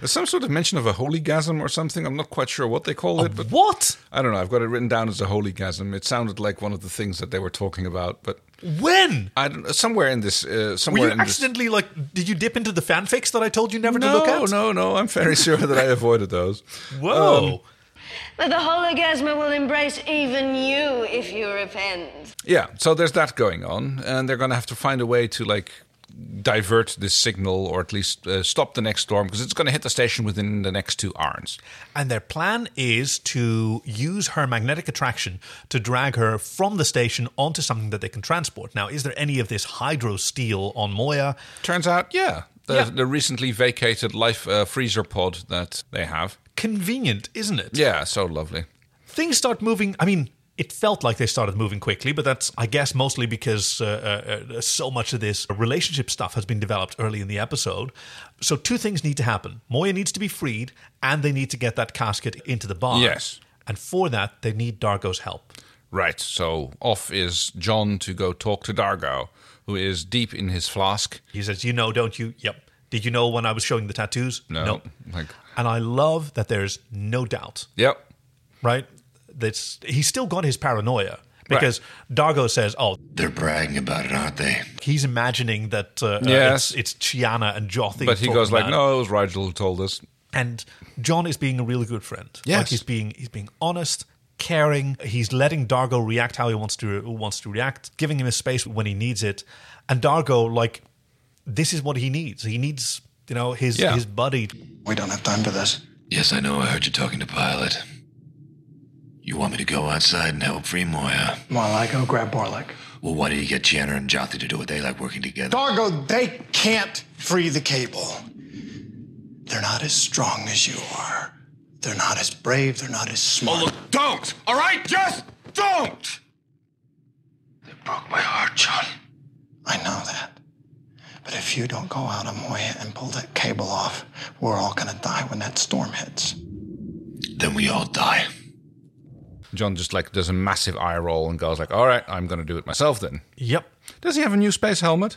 [SPEAKER 1] There's some sort of mention of a holygasm or something. I'm not quite sure what they call it. But
[SPEAKER 2] what?
[SPEAKER 1] I don't know. I've got it written down as a holygasm. It sounded like one of the things that they were talking about. But
[SPEAKER 2] when?
[SPEAKER 1] I don't somewhere in this uh,
[SPEAKER 2] Were
[SPEAKER 1] somewhere
[SPEAKER 2] you
[SPEAKER 1] in this.
[SPEAKER 2] accidentally like? Did you dip into the fanfics that I told you never to
[SPEAKER 1] No,
[SPEAKER 2] look at?
[SPEAKER 1] no, no. I'm very sure that I avoided those.
[SPEAKER 2] Whoa.
[SPEAKER 1] Um,
[SPEAKER 17] But the hologasma will embrace even you if you repent.
[SPEAKER 1] yeah. So there's that going on, and they're going to have to find a way to like divert this signal, or at least uh, stop the next storm, because it's going to hit the station within the next two hours.
[SPEAKER 2] And their plan is to use her magnetic attraction to drag her from the station onto something that they can transport. Now, is there any of this hydro steel on Moya?
[SPEAKER 1] Turns out, yeah. The,
[SPEAKER 2] Yeah.
[SPEAKER 1] the recently vacated life uh, freezer pod that they have.
[SPEAKER 2] Convenient, isn't it?
[SPEAKER 1] Yeah, so lovely.
[SPEAKER 2] Things start moving. I mean, it felt like they started moving quickly, but that's, I guess, mostly because uh, uh, uh, so much of this relationship stuff has been developed early in the episode. So, two things need to happen Moya needs to be freed, and they need to get that casket into the bar.
[SPEAKER 1] Yes.
[SPEAKER 2] And for that, they need Dargo's help.
[SPEAKER 1] Right, so off is John to go talk to Dargo, who is deep in his flask.
[SPEAKER 2] He says, You know, don't you? Yep. Did you know when I was showing the tattoos?
[SPEAKER 1] No. Like,
[SPEAKER 2] And I love that there's no doubt,
[SPEAKER 1] yep.
[SPEAKER 2] right? That's he's still got his paranoia because Dargo says, "Oh,
[SPEAKER 12] They're bragging about it, aren't they?
[SPEAKER 2] he's imagining that uh, uh,
[SPEAKER 1] Yes.
[SPEAKER 2] it's, it's Chiana and Jothi."
[SPEAKER 1] But he
[SPEAKER 2] talking
[SPEAKER 1] goes like,
[SPEAKER 2] about it.
[SPEAKER 1] no, it was Rigel who told us.
[SPEAKER 2] And John is being a really good friend.
[SPEAKER 1] Yes.
[SPEAKER 2] Like he's being he's being honest, caring. He's letting Dargo react how he wants to wants to react, giving him his space when he needs it. And Dargo, like, this is what he needs. He needs, you know, his
[SPEAKER 12] Yeah.
[SPEAKER 2] his buddy.
[SPEAKER 9] We don't have time for this.
[SPEAKER 12] Yes, I know. I heard you talking to Pilot. You want me to go outside and help free Moya?
[SPEAKER 9] While I go grab Borlik.
[SPEAKER 12] Well, why do you get Janner and Jothi to do it? They like working together.
[SPEAKER 9] Dargo, they can't free the cable. They're not as strong as you are. They're not as brave. They're not as
[SPEAKER 11] Oh,
[SPEAKER 9] smart.
[SPEAKER 11] Don't! All right? Just don't! oh,
[SPEAKER 9] My heart, John. I know that. But if you don't go out of Moya and pull that cable off, we're all gonna die when that storm hits.
[SPEAKER 12] Then we all die.
[SPEAKER 1] John just like does a massive eye roll and goes like, all right, I'm going to do it myself then.
[SPEAKER 2] Yep.
[SPEAKER 1] Does he have a new space helmet?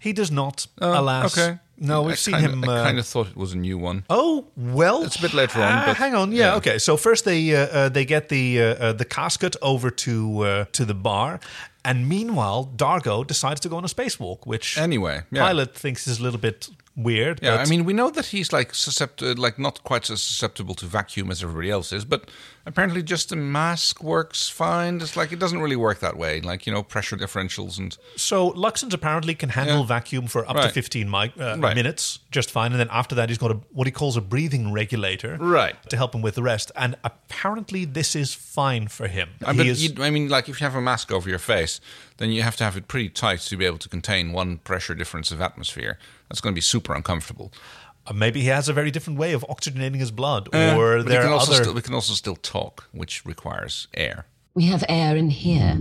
[SPEAKER 2] He does not.
[SPEAKER 1] Oh,
[SPEAKER 2] alas.
[SPEAKER 1] Okay.
[SPEAKER 2] No, we've
[SPEAKER 1] I
[SPEAKER 2] seen
[SPEAKER 1] kinda-
[SPEAKER 2] him.
[SPEAKER 1] I
[SPEAKER 2] uh,
[SPEAKER 1] kind of thought it was a new one.
[SPEAKER 2] Oh well, it's
[SPEAKER 1] a bit later on, but-
[SPEAKER 2] hang on, yeah, okay. So first they uh, uh, they get the uh, uh, the casket over to uh, to the bar, and meanwhile Dargo decides to go on a spacewalk, which
[SPEAKER 1] Anyway, yeah.
[SPEAKER 2] Pilot thinks is a little bit weird.
[SPEAKER 1] Yeah,
[SPEAKER 2] but-
[SPEAKER 1] I mean, we know that he's like susceptible, like not quite as susceptible to vacuum as everybody else is, but apparently just a mask works fine. It's like it doesn't really work that way. Like you know, pressure differentials and
[SPEAKER 2] So Luxons apparently can handle vacuum for up to
[SPEAKER 1] Right.
[SPEAKER 2] 15 mic- uh,
[SPEAKER 1] Right.
[SPEAKER 2] minutes just fine. And then after that, he's got a, what he calls a breathing regulator
[SPEAKER 1] Right.
[SPEAKER 2] to help him with the rest. And apparently, this is fine for him.
[SPEAKER 1] I,
[SPEAKER 2] he
[SPEAKER 1] but
[SPEAKER 2] is,
[SPEAKER 1] you- I mean, like if you have a mask over your face, then you have to have it pretty tight to be able to contain one pressure difference of atmosphere. That's going to be super uncomfortable.
[SPEAKER 2] uh, maybe he has a very different way of oxygenating his blood.
[SPEAKER 1] Uh,
[SPEAKER 2] or
[SPEAKER 1] but we
[SPEAKER 2] there
[SPEAKER 1] can
[SPEAKER 2] are
[SPEAKER 1] also
[SPEAKER 2] other.
[SPEAKER 1] still, we can also still talk, which requires air.
[SPEAKER 18] We have air in here.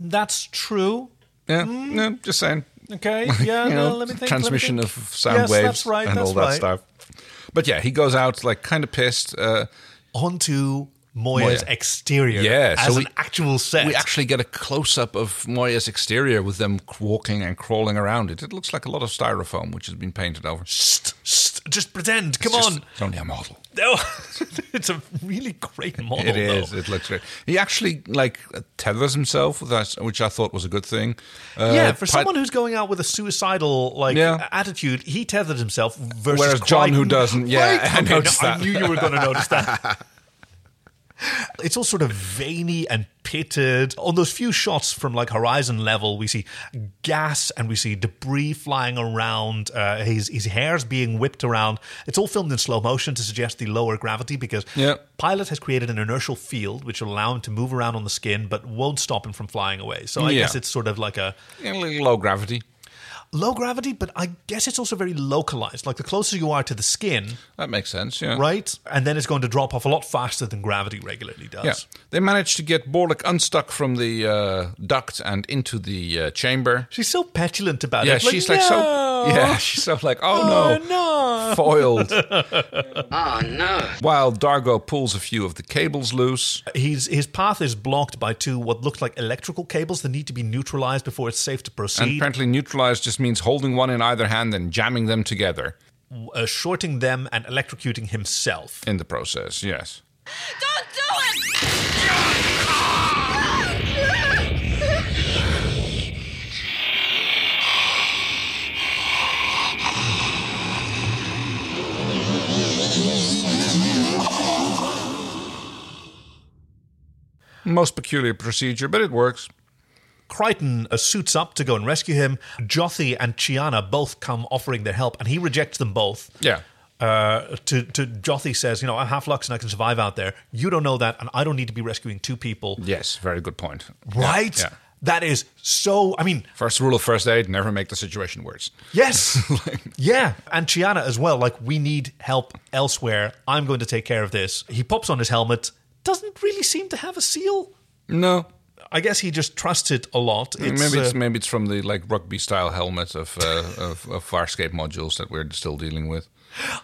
[SPEAKER 2] That's true.
[SPEAKER 1] Yeah, no, just saying.
[SPEAKER 2] Okay,
[SPEAKER 1] Like,
[SPEAKER 2] Mm. yeah,
[SPEAKER 1] you
[SPEAKER 2] no,
[SPEAKER 1] know,
[SPEAKER 2] let me think.
[SPEAKER 1] Transmission
[SPEAKER 2] let me think.
[SPEAKER 1] of sound
[SPEAKER 2] yes,
[SPEAKER 1] waves
[SPEAKER 2] That's right,
[SPEAKER 1] and
[SPEAKER 2] that's
[SPEAKER 1] all
[SPEAKER 2] right.
[SPEAKER 1] that stuff. But yeah, he goes out like kind of pissed. Uh,
[SPEAKER 2] Onto Moya's
[SPEAKER 1] Moya.
[SPEAKER 2] exterior
[SPEAKER 1] Yeah,
[SPEAKER 2] as
[SPEAKER 1] so
[SPEAKER 2] an actual set.
[SPEAKER 1] We actually get a close up of Moya's exterior with them walking and crawling around it. It looks like a lot of styrofoam which has been painted over.
[SPEAKER 2] Shh, shh, just pretend. Come
[SPEAKER 1] It's
[SPEAKER 2] on.
[SPEAKER 1] just- It's only a model.
[SPEAKER 2] No, it's a really great model.
[SPEAKER 1] It is.
[SPEAKER 2] though.
[SPEAKER 1] It looks great. He actually like tethers himself, with us, which I thought was a good thing. Uh,
[SPEAKER 2] yeah, for
[SPEAKER 1] pi-
[SPEAKER 2] someone who's going out with a suicidal like
[SPEAKER 1] Yeah.
[SPEAKER 2] attitude, he tethered himself. Versus
[SPEAKER 1] Whereas John, who
[SPEAKER 2] Crichton.
[SPEAKER 1] doesn't, yeah,
[SPEAKER 2] Right?
[SPEAKER 1] I
[SPEAKER 2] Okay, no,
[SPEAKER 1] noticed
[SPEAKER 2] I
[SPEAKER 1] that.
[SPEAKER 2] knew you were going to notice that. It's all sort of veiny and pitted. On those few shots from like horizon level, we see gas and we see debris flying around. Uh, his his hair's being whipped around. It's all filmed in slow motion to suggest the lower gravity because
[SPEAKER 1] Yeah.
[SPEAKER 2] Pilot has created an inertial field which will allow him to move around on the skin, but won't stop him from flying away. So I
[SPEAKER 1] Yeah.
[SPEAKER 2] guess it's sort of like a
[SPEAKER 1] Yeah, a little low gravity.
[SPEAKER 2] low gravity, but I guess it's also very localized. Like the closer you are to the skin,
[SPEAKER 1] That makes sense. Yeah.
[SPEAKER 2] right? And then it's going to drop off a lot faster than gravity regularly does.
[SPEAKER 1] Yeah. They managed to get Borlick unstuck from the uh, duct and into the uh, chamber.
[SPEAKER 2] She's so petulant about
[SPEAKER 1] yeah,
[SPEAKER 2] it.
[SPEAKER 1] she's like so. Yeah, she's so like, oh, no,
[SPEAKER 2] no.
[SPEAKER 1] foiled.
[SPEAKER 14] Oh, no.
[SPEAKER 1] While Dargo pulls a few of the cables loose.
[SPEAKER 2] He's, his path is blocked by two what look like electrical cables that need to be neutralized before it's safe to
[SPEAKER 1] And
[SPEAKER 2] proceed,
[SPEAKER 1] apparently, neutralized just means holding one in either hand and jamming them together
[SPEAKER 2] uh, shorting them and electrocuting himself.
[SPEAKER 1] in the process. Yes. Most peculiar procedure, but it works.
[SPEAKER 2] Crichton uh, suits up to go and rescue him. Jothi and Chiana both come offering their help, and he rejects them both.
[SPEAKER 1] Yeah.
[SPEAKER 2] Uh, to, to Jothi says, you know, I'm half Lux and I can survive out there. You don't know that, and I don't need to be rescuing two people.
[SPEAKER 1] Yes, very good point.
[SPEAKER 2] Right?
[SPEAKER 1] Yeah.
[SPEAKER 2] That is so. I mean,
[SPEAKER 1] First rule of first aid never make the situation worse.
[SPEAKER 2] yes. yeah. And Chiana as well. Like, we need help elsewhere. I'm going to take care of this. He pops on his helmet. Doesn't really seem to have a seal.
[SPEAKER 1] No.
[SPEAKER 2] I guess he just trusts it a lot.
[SPEAKER 1] maybe it's
[SPEAKER 2] uh,
[SPEAKER 1] maybe it's from the like rugby style helmet of uh, of, of Farscape modules that we're still dealing with.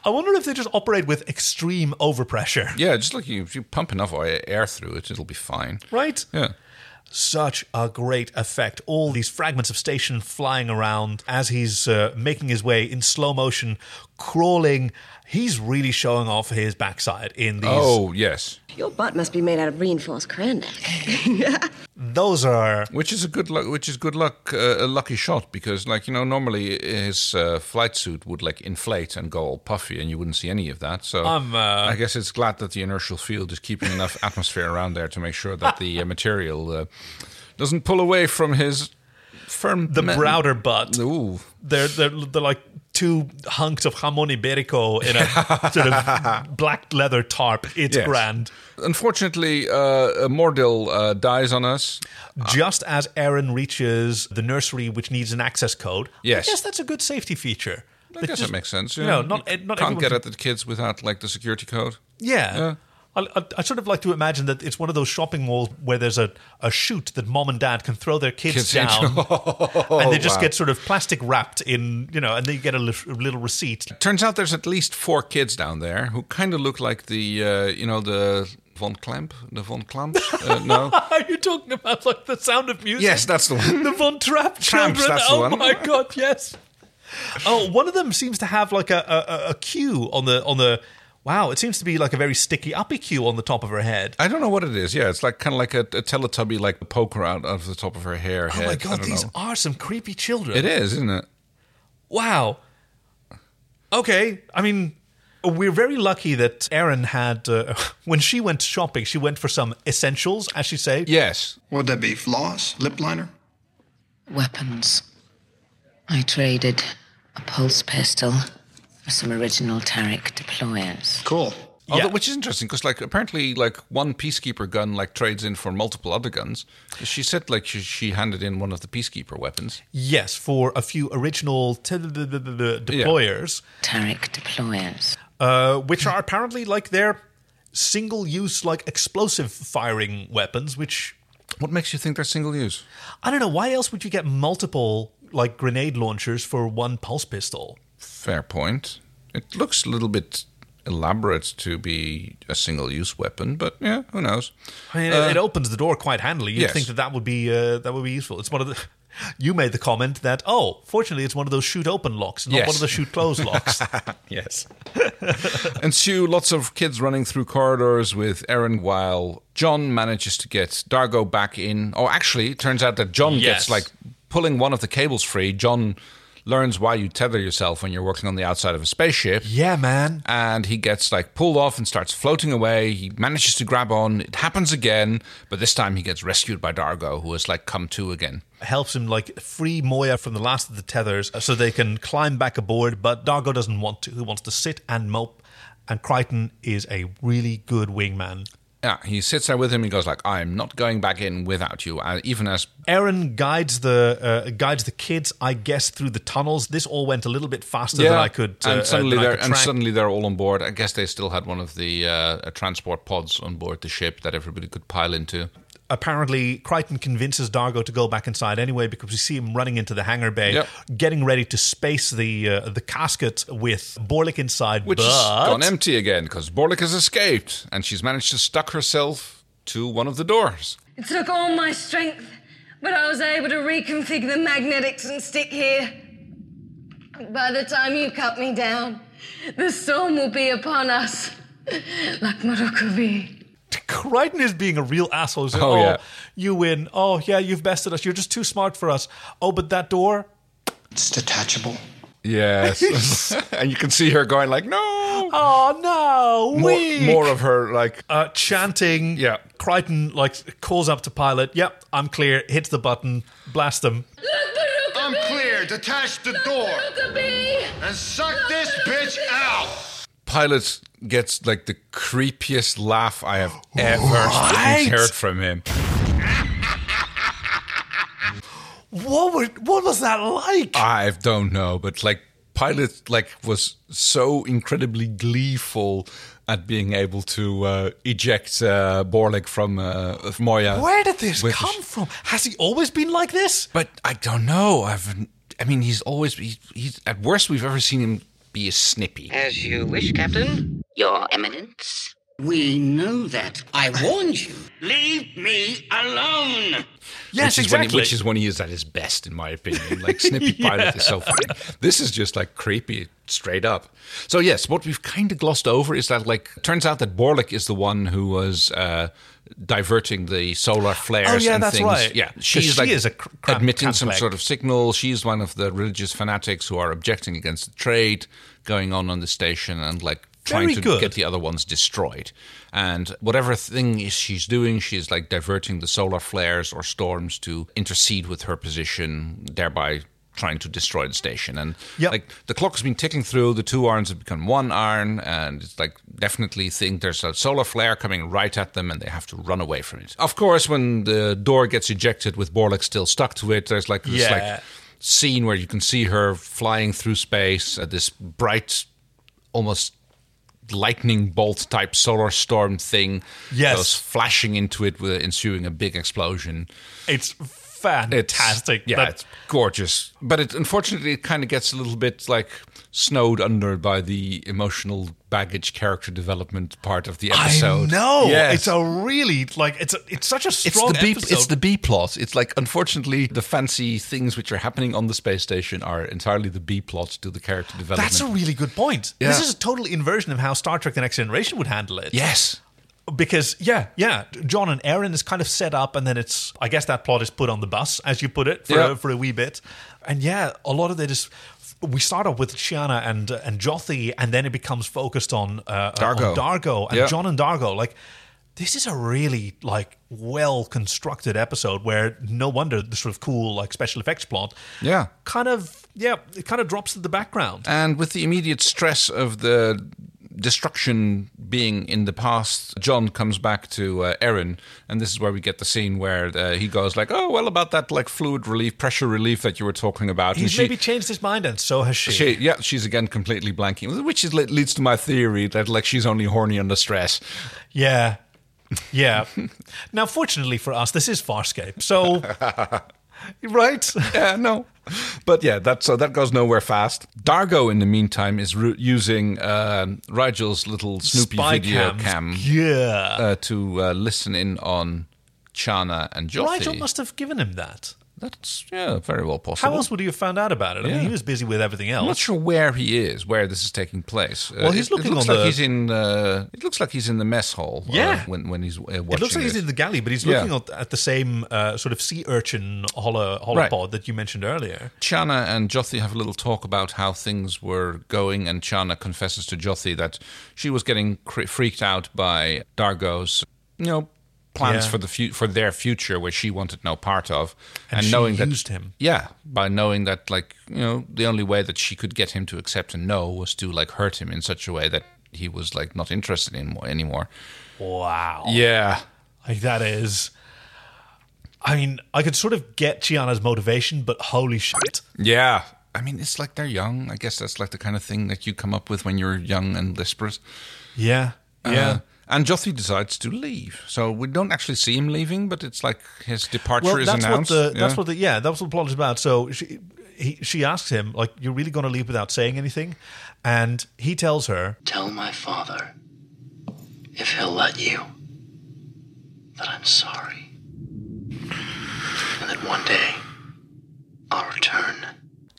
[SPEAKER 2] I wonder if they just operate with extreme overpressure.
[SPEAKER 1] Yeah, just like you, if you pump enough oil- air through it, it'll be fine.
[SPEAKER 2] Right?
[SPEAKER 1] Yeah.
[SPEAKER 2] Such a great effect. All these fragments of station flying around as he's uh, making his way in slow motion, crawling. He's really showing off his backside in these.
[SPEAKER 1] Oh yes,
[SPEAKER 13] Your butt must be made out of reinforced Karandak.
[SPEAKER 2] Those are.
[SPEAKER 1] which is a good luck. Which is good luck. Uh, a lucky shot because like you know normally his uh, flight suit would like inflate and go all puffy, and you wouldn't see any of that. So
[SPEAKER 2] I'm, uh,
[SPEAKER 1] I guess it's glad that the inertial field is keeping enough atmosphere around there to make sure that the uh, material uh, doesn't pull away from his firm.
[SPEAKER 2] The Browder butt.
[SPEAKER 1] Ooh.
[SPEAKER 2] They're, they're, they're like two hunks of jamon iberico in a sort of black leather tarp. It's
[SPEAKER 1] Yes.
[SPEAKER 2] grand.
[SPEAKER 1] Unfortunately, uh, uh, Mordil uh, dies on us.
[SPEAKER 2] Just as Aaron reaches the nursery, which needs an access code,
[SPEAKER 1] Yes.
[SPEAKER 2] I guess that's a good safety feature.
[SPEAKER 1] I
[SPEAKER 2] That
[SPEAKER 1] guess
[SPEAKER 2] just-
[SPEAKER 1] that makes sense.
[SPEAKER 2] You
[SPEAKER 1] Yeah.
[SPEAKER 2] know, not, eh, not
[SPEAKER 1] can't
[SPEAKER 2] everyone
[SPEAKER 1] get
[SPEAKER 2] can-
[SPEAKER 1] at the kids without like the security code.
[SPEAKER 2] Yeah.
[SPEAKER 1] Yeah.
[SPEAKER 2] I, I, I sort of like to imagine that it's one of those shopping malls where there's a, a chute that mom and dad can throw their kids,
[SPEAKER 1] Kids in-
[SPEAKER 2] down, and they just
[SPEAKER 1] wow.
[SPEAKER 2] get sort of plastic wrapped in, you know, and they get a lit- little receipt.
[SPEAKER 1] Turns out there's at least four kids down there who kind of look like the uh, you know the von Klemp, the von Klamps. Uh, no,
[SPEAKER 2] Are you talking about like the sound of music?
[SPEAKER 1] Yes, that's the one.
[SPEAKER 2] The Von Trapp
[SPEAKER 1] Tramps,
[SPEAKER 2] children.
[SPEAKER 1] that's the
[SPEAKER 2] oh
[SPEAKER 1] one.
[SPEAKER 2] my god, yes. Oh, one of them seems to have like a, a, a queue on the on the. Wow, it seems to be like a very sticky uppy queue on the top of her head.
[SPEAKER 1] I don't know what it is. Yeah, it's like kind of like a, a Teletubby, like the poker out of the top of her hair.
[SPEAKER 2] Oh my god, these are some creepy children.
[SPEAKER 1] It is, isn't it?
[SPEAKER 2] Wow. Okay. I mean, we're very lucky that Erin had, uh, when she went shopping, she went for some essentials, as she say.
[SPEAKER 1] Yes.
[SPEAKER 9] Would that be floss, lip liner?
[SPEAKER 18] Weapons. I traded a pulse pistol for some original Tarek deployers.
[SPEAKER 9] Cool.
[SPEAKER 1] Although, Which is interesting because, like, apparently, like one peacekeeper gun like trades in for multiple other guns. She said like she, she handed in one of the peacekeeper weapons.
[SPEAKER 2] Yes, for a few original t- t- t- t- t- deployers,
[SPEAKER 18] Tarek deployers.
[SPEAKER 2] uh, which are apparently like their single-use, like explosive firing weapons. Which
[SPEAKER 1] what makes you think they're single-use?
[SPEAKER 2] I don't know. Why else would you get multiple like grenade launchers for one pulse pistol?
[SPEAKER 1] Fair point. It looks a little bit elaborate to be a single-use weapon, but yeah, who knows?
[SPEAKER 2] I mean,
[SPEAKER 1] Uh,
[SPEAKER 2] it opens the door quite handily. You'd
[SPEAKER 1] yes.
[SPEAKER 2] think that that would be uh, that would be useful. It's one of the. You made the comment that oh, fortunately, it's one of those shoot open locks, not
[SPEAKER 1] Yes.
[SPEAKER 2] one of the shoot close locks.
[SPEAKER 1] yes. Ensue lots of kids running through corridors with Aaron while John manages to get Dargo back in. Oh, actually, it turns out that John
[SPEAKER 2] Yes.
[SPEAKER 1] gets like pulling one of the cables free. John learns why you tether yourself when you're working on the outside of a spaceship.
[SPEAKER 2] yeah, man.
[SPEAKER 1] And he gets like pulled off and starts floating away. He manages to grab on. It happens again, but this time he gets rescued by Dargo, who has like come to again.
[SPEAKER 2] helps him like free Moya from the last of the tethers uh, so they can climb back aboard. But Dargo doesn't want to. He wants to sit and mope. And Crichton is a really good wingman.
[SPEAKER 1] Yeah, he sits there with him. He goes like, "I'm not going back in without you." Uh, even as
[SPEAKER 2] Aaron guides the uh, guides the kids, I guess, through the tunnels. This all went a little bit faster than I could. Uh,
[SPEAKER 1] and suddenly
[SPEAKER 2] uh, than I
[SPEAKER 1] they're
[SPEAKER 2] could
[SPEAKER 1] and
[SPEAKER 2] track.
[SPEAKER 1] suddenly they're all on board. I guess they still had one of the uh, uh, transport pods on board the ship that everybody could pile into.
[SPEAKER 2] apparently Crichton convinces Dargo to go back inside anyway because we see him running into the hangar bay,
[SPEAKER 1] Yep.
[SPEAKER 2] getting ready to space the uh, the casket with Borlik inside,
[SPEAKER 1] Which
[SPEAKER 2] but
[SPEAKER 1] has gone empty again because Borlik has escaped and she's managed to stuck herself to one of the doors.
[SPEAKER 17] It took all my strength, but I was able to reconfigure the magnetics and stick here. By the time you cut me down, the storm will be upon us, like Morokovi.
[SPEAKER 2] Crichton is being a real asshole. He's like,
[SPEAKER 1] Oh,
[SPEAKER 2] oh,
[SPEAKER 1] yeah.
[SPEAKER 2] you win. Oh, yeah, you've bested us. You're just too smart for us. Oh, but that door.
[SPEAKER 9] It's detachable.
[SPEAKER 1] Yes, and you can see her going like, "No."
[SPEAKER 2] Oh, no.
[SPEAKER 1] More,
[SPEAKER 2] weak.
[SPEAKER 1] more of her like
[SPEAKER 2] Uh, chanting.
[SPEAKER 1] Yeah.
[SPEAKER 2] Crichton, like, calls up to pilot. Yep, I'm clear. Hits the button. Blast them.
[SPEAKER 11] I'm clear. Detach the door. And suck this bitch out.
[SPEAKER 1] pilot gets like the creepiest laugh I have ever
[SPEAKER 2] Right?
[SPEAKER 1] heard from him.
[SPEAKER 2] What, were, what was that like?
[SPEAKER 1] I don't know, but like Pilot like was so incredibly gleeful at being able to uh, eject uh, Borlik from uh, of Moya.
[SPEAKER 2] Where did this
[SPEAKER 1] with-
[SPEAKER 2] come from? Has he always been like this?
[SPEAKER 1] But I don't know. I've I mean he's always he, he's at worst we've ever seen him be a snippy.
[SPEAKER 19] As you wish, Captain. Your Eminence. We know that. I warned you.
[SPEAKER 3] Leave me alone.
[SPEAKER 2] Yes,
[SPEAKER 1] which Is
[SPEAKER 2] exactly.
[SPEAKER 1] when he, which is when he is at his best, in my opinion. Like Snippy
[SPEAKER 2] Yeah.
[SPEAKER 1] Pilot is so funny. This is just like creepy, straight up. So yes, what we've kind of glossed over is that like turns out that Borlik is the one who was uh, diverting the solar flares.
[SPEAKER 2] Oh, yeah,
[SPEAKER 1] and
[SPEAKER 2] that's
[SPEAKER 1] things.
[SPEAKER 2] right.
[SPEAKER 1] Yeah,
[SPEAKER 2] 'Cause
[SPEAKER 1] she's
[SPEAKER 2] she
[SPEAKER 1] like
[SPEAKER 2] is a cr- cram-
[SPEAKER 1] admitting some
[SPEAKER 2] crampleg.
[SPEAKER 1] sort of signal. She's one of the religious fanatics who are objecting against the trade going on on the station and like trying
[SPEAKER 2] Very
[SPEAKER 1] to
[SPEAKER 2] good.
[SPEAKER 1] get the other ones destroyed. And whatever thing is she's doing, she's like diverting the solar flares or storms to intercede with her position, thereby trying to destroy the station. And
[SPEAKER 2] Yep.
[SPEAKER 1] like the clock has been ticking through, the two irons have become one iron, and it's like definitely think there's a solar flare coming right at them and they have to run away from it. Of course, when the door gets ejected with Borlek still stuck to it, there's like this
[SPEAKER 2] Yeah.
[SPEAKER 1] like scene where you can see her flying through space at this bright almost lightning bolt type solar storm thing
[SPEAKER 2] Yes.
[SPEAKER 1] goes flashing into it with ensuing a big explosion
[SPEAKER 2] It's fantastic.
[SPEAKER 1] yeah
[SPEAKER 2] That-
[SPEAKER 1] it's gorgeous but it unfortunately it kind of gets a little bit like snowed under by the emotional baggage character development part of the episode
[SPEAKER 2] I know.
[SPEAKER 1] Yes.
[SPEAKER 2] It's a really like it's a, it's such a
[SPEAKER 1] It's
[SPEAKER 2] strong
[SPEAKER 1] the B.
[SPEAKER 2] episode.
[SPEAKER 1] It's the B plot. It's like unfortunately the fancy things which are happening on the space station are entirely the B plot to the character development.
[SPEAKER 2] That's a really good point.
[SPEAKER 1] Yeah.
[SPEAKER 2] This is a total inversion of how Star Trek: The Next Generation would handle it.
[SPEAKER 1] yes.
[SPEAKER 2] because yeah, yeah, John and Aaron is kind of set up, and then it's I guess that plot is put on the bus, as you put it, for
[SPEAKER 1] Yeah.
[SPEAKER 2] a, for a wee bit, and yeah, a lot of it is we start off with Shiana and uh, and Jothi, and then it becomes focused on uh, Dargo,
[SPEAKER 1] Dargo.
[SPEAKER 2] on Dargo and
[SPEAKER 1] Yeah.
[SPEAKER 2] John and Dargo. Like this is a really like well constructed episode where no wonder the sort of cool like special effects plot
[SPEAKER 1] Yeah.
[SPEAKER 2] kind of yeah it kind of drops to the background.
[SPEAKER 1] And with the immediate stress of the destruction being in the past, John comes back to uh, Erin, and this is where we get the scene where uh, he goes like, "Oh, well, about that like fluid relief, pressure relief that you were talking about."
[SPEAKER 2] He's
[SPEAKER 1] and she,
[SPEAKER 2] maybe changed his mind, and so has she.
[SPEAKER 1] she, yeah, she's again completely blanking, which is, leads to my theory that like she's only horny under stress.
[SPEAKER 2] Yeah. Yeah. now, fortunately for us, this is Farscape. So, right?
[SPEAKER 1] Yeah, no. But yeah, that so that goes nowhere fast. Dargo, in the meantime, is ru using um Rigel's little Snoopy
[SPEAKER 2] Spy
[SPEAKER 1] video
[SPEAKER 2] cams.
[SPEAKER 1] cam,
[SPEAKER 2] Yeah.
[SPEAKER 1] uh, to uh, listen in on Chana and Jothi.
[SPEAKER 2] Rigel must have given him that.
[SPEAKER 1] That's, yeah, very well possible.
[SPEAKER 2] How else would he have found out about it? I
[SPEAKER 1] Yeah.
[SPEAKER 2] mean, he was busy with everything else.
[SPEAKER 1] I'm not sure where he is, where this is taking place. Uh,
[SPEAKER 2] Well, he's
[SPEAKER 1] it-
[SPEAKER 2] looking
[SPEAKER 1] it looks
[SPEAKER 2] on
[SPEAKER 1] like
[SPEAKER 2] the-
[SPEAKER 1] he's in. Uh, it looks like he's in the mess hall. uh,
[SPEAKER 2] Yeah.
[SPEAKER 1] when when he's uh, watching.
[SPEAKER 2] It looks like he's
[SPEAKER 1] this.
[SPEAKER 2] in the galley, but he's
[SPEAKER 1] Yeah.
[SPEAKER 2] looking at, at the same uh, sort of sea urchin holo,
[SPEAKER 1] Right.
[SPEAKER 2] holopod that you mentioned earlier.
[SPEAKER 1] Chana and Jothi have a little talk about how things were going, and Chana confesses to Jothi that she was getting cre- freaked out by Dargo's, you know, plans
[SPEAKER 2] Yeah.
[SPEAKER 1] for the fu- for their future, which she wanted no part of,
[SPEAKER 2] And she
[SPEAKER 1] knowing
[SPEAKER 2] used
[SPEAKER 1] that,
[SPEAKER 2] him.
[SPEAKER 1] yeah, by knowing that, like, you know, the only way that she could get him to accept a no was to like hurt him in such a way that he was like not interested in anymore.
[SPEAKER 2] Wow.
[SPEAKER 1] Yeah,
[SPEAKER 2] Like, that is. I mean, I could sort of get Chiana's motivation, but holy shit.
[SPEAKER 1] yeah. I mean, it's like they're young. I guess that's like the kind of thing that you come up with when you're young and desperate.
[SPEAKER 2] Yeah. Yeah.
[SPEAKER 1] Uh, and Jothi decides to leave. So we don't actually see him leaving, but it's like his departure is
[SPEAKER 2] that's
[SPEAKER 1] announced.
[SPEAKER 2] What the, That's
[SPEAKER 1] Yeah.
[SPEAKER 2] what the yeah, that's what the plot is about. So she he, she asks him like, "You're really going to leave without saying anything?" And he tells her,
[SPEAKER 9] Tell my father, if he'll let you, that I'm sorry. And that one day, I'll return.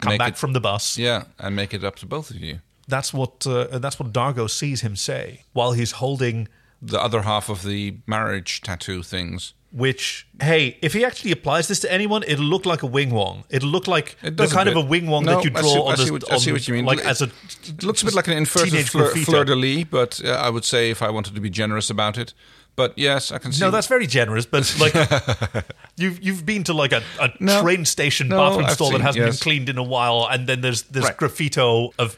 [SPEAKER 2] "Come
[SPEAKER 1] Make
[SPEAKER 2] back
[SPEAKER 1] it-
[SPEAKER 2] from the bus."
[SPEAKER 1] Yeah, and make it up to both of you.
[SPEAKER 2] That's what uh, that's what Dargo sees him say while he's holding.
[SPEAKER 1] The other half of the marriage tattoo things.
[SPEAKER 2] Which hey, if he actually applies this to anyone, it'll look like a wing wong. It'll look like
[SPEAKER 1] It
[SPEAKER 2] the
[SPEAKER 1] does a
[SPEAKER 2] kind of
[SPEAKER 1] bit.
[SPEAKER 2] a wing wong
[SPEAKER 1] No,
[SPEAKER 2] that you
[SPEAKER 1] I
[SPEAKER 2] draw
[SPEAKER 1] see-
[SPEAKER 2] on
[SPEAKER 1] I
[SPEAKER 2] the
[SPEAKER 1] see what- I see
[SPEAKER 2] on-
[SPEAKER 1] what you mean.
[SPEAKER 2] like
[SPEAKER 1] It-
[SPEAKER 2] as a
[SPEAKER 1] It looks a bit like an inverted
[SPEAKER 2] teenage
[SPEAKER 1] fleur,
[SPEAKER 2] graffito.
[SPEAKER 1] fleur de lis, but uh, I would say if I wanted to be generous about it. But yes, I can see.
[SPEAKER 2] No, that's very generous, but like you've you've been to like a, a
[SPEAKER 1] No.
[SPEAKER 2] train station
[SPEAKER 1] No,
[SPEAKER 2] bathroom
[SPEAKER 1] I've
[SPEAKER 2] stall
[SPEAKER 1] seen,
[SPEAKER 2] that hasn't
[SPEAKER 1] yes.
[SPEAKER 2] been cleaned in a while, and then there's there's
[SPEAKER 1] Right.
[SPEAKER 2] graffito of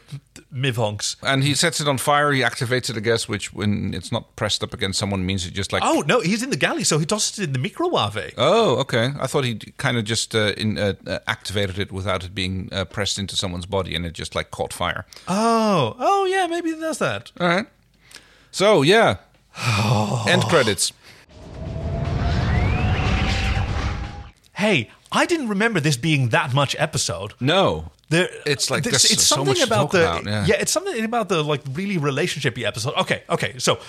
[SPEAKER 2] mivhonks.
[SPEAKER 1] And he sets it on fire. He activates it, I guess, which when it's not pressed up against someone means it just like.
[SPEAKER 2] Oh no, he's in the galley, so he tosses it in the microwave.
[SPEAKER 1] Oh, okay. I thought he kind of just uh, in, uh, uh, activated it without it being uh, pressed into someone's body, and it just like caught fire.
[SPEAKER 2] Oh, oh yeah, maybe that's that.
[SPEAKER 1] All right. So yeah. End credits.
[SPEAKER 2] Hey, I didn't remember this being that much episode.
[SPEAKER 1] No.
[SPEAKER 2] There,
[SPEAKER 1] It's like
[SPEAKER 2] this-
[SPEAKER 1] there's
[SPEAKER 2] it's
[SPEAKER 1] so
[SPEAKER 2] something
[SPEAKER 1] much to
[SPEAKER 2] about
[SPEAKER 1] talk
[SPEAKER 2] the
[SPEAKER 1] about, yeah.
[SPEAKER 2] it's something about the like really relationshipy episode. Okay, okay, so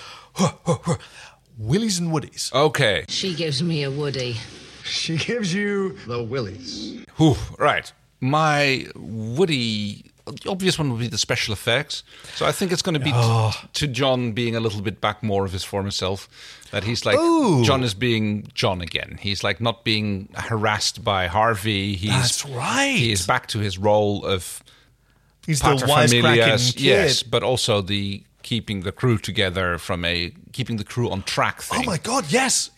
[SPEAKER 2] Willies and Woodies.
[SPEAKER 1] Okay.
[SPEAKER 18] She gives me a Woody.
[SPEAKER 1] She gives you the willies. Whew, right. My Woody. The obvious one would be the special effects. So I think it's going to be t-
[SPEAKER 2] Oh.
[SPEAKER 1] to John being a little bit back more of his former self. That he's like,
[SPEAKER 2] Ooh.
[SPEAKER 1] John is being John again. He's like not being harassed by Harvey. He's,
[SPEAKER 2] That's right.
[SPEAKER 1] He is back to his role of
[SPEAKER 2] He's the
[SPEAKER 1] paterfamilias,
[SPEAKER 2] wisecracking kid.
[SPEAKER 1] Yes, but also the keeping the crew together from a keeping the crew on track thing.
[SPEAKER 2] Oh my god, yes.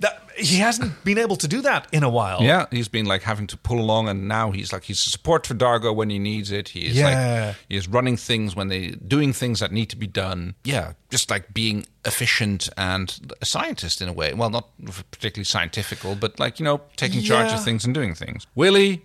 [SPEAKER 2] That he hasn't been able to do that in a while.
[SPEAKER 1] Yeah, he's been like having to pull along, and now he's like he's a support for Dargo when he needs it. He is
[SPEAKER 2] Yeah.
[SPEAKER 1] like he is running things when they doing things that need to be done. Yeah, just like being efficient and a scientist in a way. Well, not particularly scientifical, but like you know taking charge
[SPEAKER 2] Yeah.
[SPEAKER 1] of things and doing things. Willie.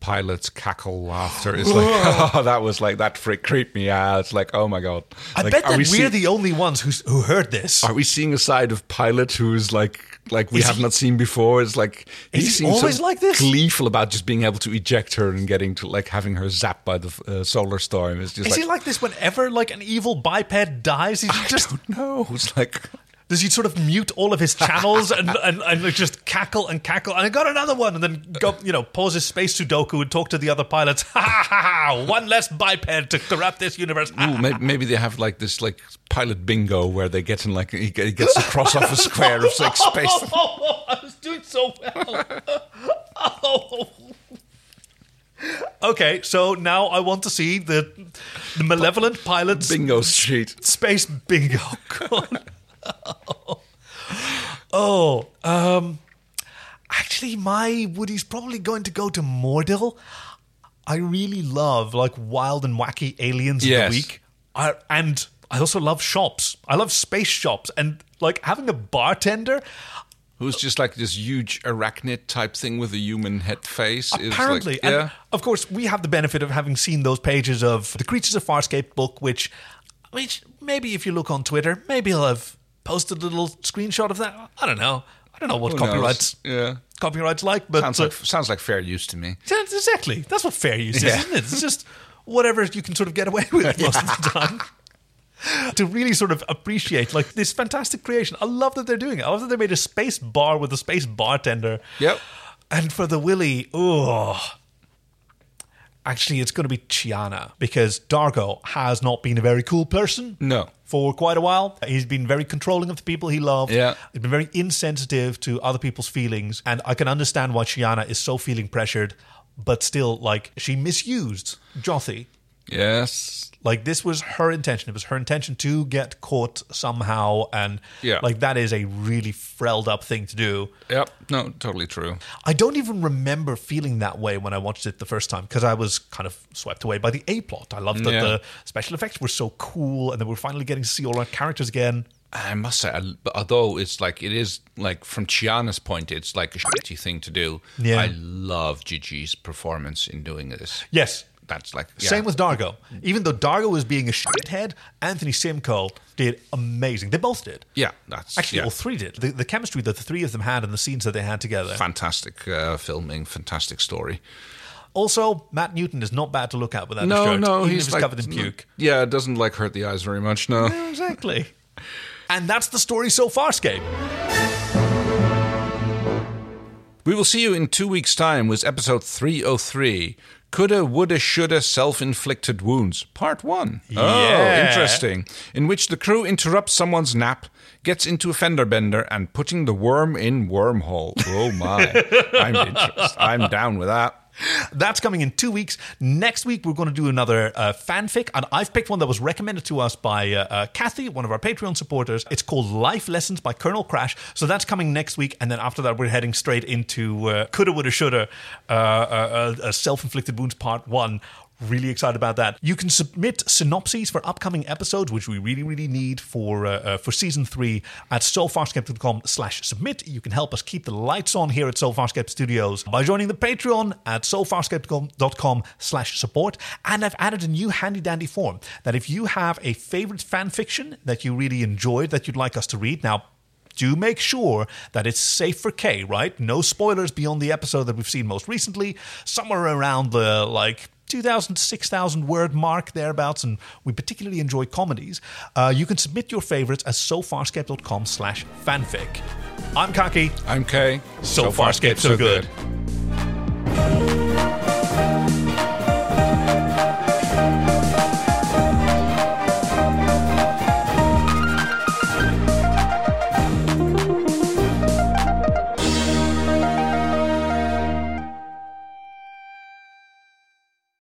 [SPEAKER 1] Pilot's cackle laughter is like, oh, that was like, that freak creeped me out. It's like, oh my God.
[SPEAKER 2] I
[SPEAKER 1] Like,
[SPEAKER 2] bet
[SPEAKER 1] are
[SPEAKER 2] that
[SPEAKER 1] we
[SPEAKER 2] we are
[SPEAKER 1] see-
[SPEAKER 2] the only ones who who heard this.
[SPEAKER 1] Are we seeing a side of Pilot who's like like we
[SPEAKER 2] Is
[SPEAKER 1] have
[SPEAKER 2] he-
[SPEAKER 1] not seen before? It's like
[SPEAKER 2] Is he
[SPEAKER 1] seems
[SPEAKER 2] always like this?
[SPEAKER 1] gleeful about just being able to eject her and getting to like having her zapped by the uh, solar storm. It's just
[SPEAKER 2] Is
[SPEAKER 1] like,
[SPEAKER 2] he like this whenever like an evil biped dies? Is he just
[SPEAKER 1] no? It's like
[SPEAKER 2] does he sort of mute all of his channels and, and, and like, just cackle and cackle? And I got another one, and then go, you know pause his space Sudoku and talk to the other pilots. Ha ha ha! ha, One less biped to corrupt this universe. Ha,
[SPEAKER 1] ooh,
[SPEAKER 2] ha,
[SPEAKER 1] maybe, maybe they have like this like Pilot bingo where they get in like he g- he gets to cross off a square of like space.
[SPEAKER 2] I was doing so well. oh. okay, so now I want to see the, the malevolent pilot's
[SPEAKER 1] bingo street
[SPEAKER 2] space bingo. God. oh, um, actually, my Woody's probably going to go to Mordil. I really love like wild and wacky aliens
[SPEAKER 1] Yes.
[SPEAKER 2] of the week, I, and I also love shops. I love space shops, and like having a bartender.
[SPEAKER 1] Who's just like this huge arachnid type thing with a human head face? is like-
[SPEAKER 2] Apparently, and
[SPEAKER 1] yeah.
[SPEAKER 2] of course, we have the benefit of having seen those pages of the Creatures of Farscape book, which, which maybe if you look on Twitter, maybe I'll have posted a little screenshot of that. I don't know. I don't know what
[SPEAKER 1] Who knows?
[SPEAKER 2] copyrights
[SPEAKER 1] Yeah.
[SPEAKER 2] copyrights like, but
[SPEAKER 1] sounds
[SPEAKER 2] uh,
[SPEAKER 1] like sounds like fair use to me.
[SPEAKER 2] yeah, exactly. That's what fair use
[SPEAKER 1] Yeah.
[SPEAKER 2] is, isn't it? It's just whatever you can sort of get away with most of the time. to really sort of appreciate like this fantastic creation. I love that they're doing it. I love that they made a space bar with a space bartender.
[SPEAKER 1] Yep.
[SPEAKER 2] And for the Willy, oh. Actually, it's going to be Chiana because Dargo has not been a very cool person.
[SPEAKER 1] No.
[SPEAKER 2] For quite a while. He's been very controlling of the people he loved.
[SPEAKER 1] Yeah.
[SPEAKER 2] He's been very insensitive to other people's feelings. And I can understand why Chiana is so feeling pressured, but still, like, she misused Jothi.
[SPEAKER 1] Yes.
[SPEAKER 2] Like, this was her intention. It was her intention to get caught somehow. And,
[SPEAKER 1] Yeah.
[SPEAKER 2] like, that is a really frelled up thing to do.
[SPEAKER 1] Yep. No, totally true.
[SPEAKER 2] I don't even remember feeling that way when I watched it the first time because I was kind of swept away by the A plot. I loved that
[SPEAKER 1] Yeah.
[SPEAKER 2] the special effects were so cool and that we're finally getting to see all our characters again.
[SPEAKER 1] I must say, I- but although it's like it is like from Chiana's point, it's like a shitty thing to do.
[SPEAKER 2] Yeah.
[SPEAKER 1] I love Gigi's performance in doing this.
[SPEAKER 2] Yes.
[SPEAKER 1] That's like yeah.
[SPEAKER 2] Same with Dargo. Even though Dargo was being a shithead, Anthony Simcoe did amazing. They both did.
[SPEAKER 1] yeah. That's
[SPEAKER 2] Actually,
[SPEAKER 1] yeah.
[SPEAKER 2] all three did. The, the chemistry that the three of them had and the scenes that they had together.
[SPEAKER 1] fantastic uh, filming, fantastic story.
[SPEAKER 2] Also, Matt Newton is not bad to look at without a
[SPEAKER 1] no,
[SPEAKER 2] shirt.
[SPEAKER 1] no,
[SPEAKER 2] even
[SPEAKER 1] he's
[SPEAKER 2] if he's
[SPEAKER 1] like-
[SPEAKER 2] covered in puke.
[SPEAKER 1] Yeah, it doesn't like hurt the eyes very much. No.
[SPEAKER 2] Exactly. And that's the story so far, Scape.
[SPEAKER 1] We will see you in two weeks' time with episode 303 Coulda, Woulda, Shoulda Self Inflicted Wounds, Part 1.
[SPEAKER 2] Yeah.
[SPEAKER 1] Oh, interesting. In which the crew interrupts someone's nap, gets into a fender bender, and putting the worm in wormhole. Oh my. I'm interested. I'm down with that.
[SPEAKER 2] That's coming in two weeks. Next week, we're going to do another uh, fanfic, and I've picked one that was recommended to us by uh, uh, Kathy, one of our Patreon supporters. It's called Life Lessons by Colonel Crash. So that's coming next week, and then after that, we're heading straight into uh, Coulda, Woulda, Shoulda, uh, uh, uh, Self Inflicted Wounds Part 1. Really excited about that. You can submit synopses for upcoming episodes, which we really, really need for uh, uh, for season three at soulfarscape.com slash submit. You can help us keep the lights on here at Soulfarscape Studios by joining the Patreon at soulfarscape.com slash support. And I've added a new handy dandy form that if you have a favorite fan fiction that you really enjoyed that you'd like us to read, now do make sure that it's safe for K, right? No spoilers beyond the episode that we've seen most recently, somewhere around the like 2,000, 6,000 word mark thereabouts, and we particularly enjoy comedies. Uh, you can submit your favorites at sofarscape.com slash fanfic. I'm Kaki.
[SPEAKER 1] I'm Kay.
[SPEAKER 2] So, far, Scape, so good.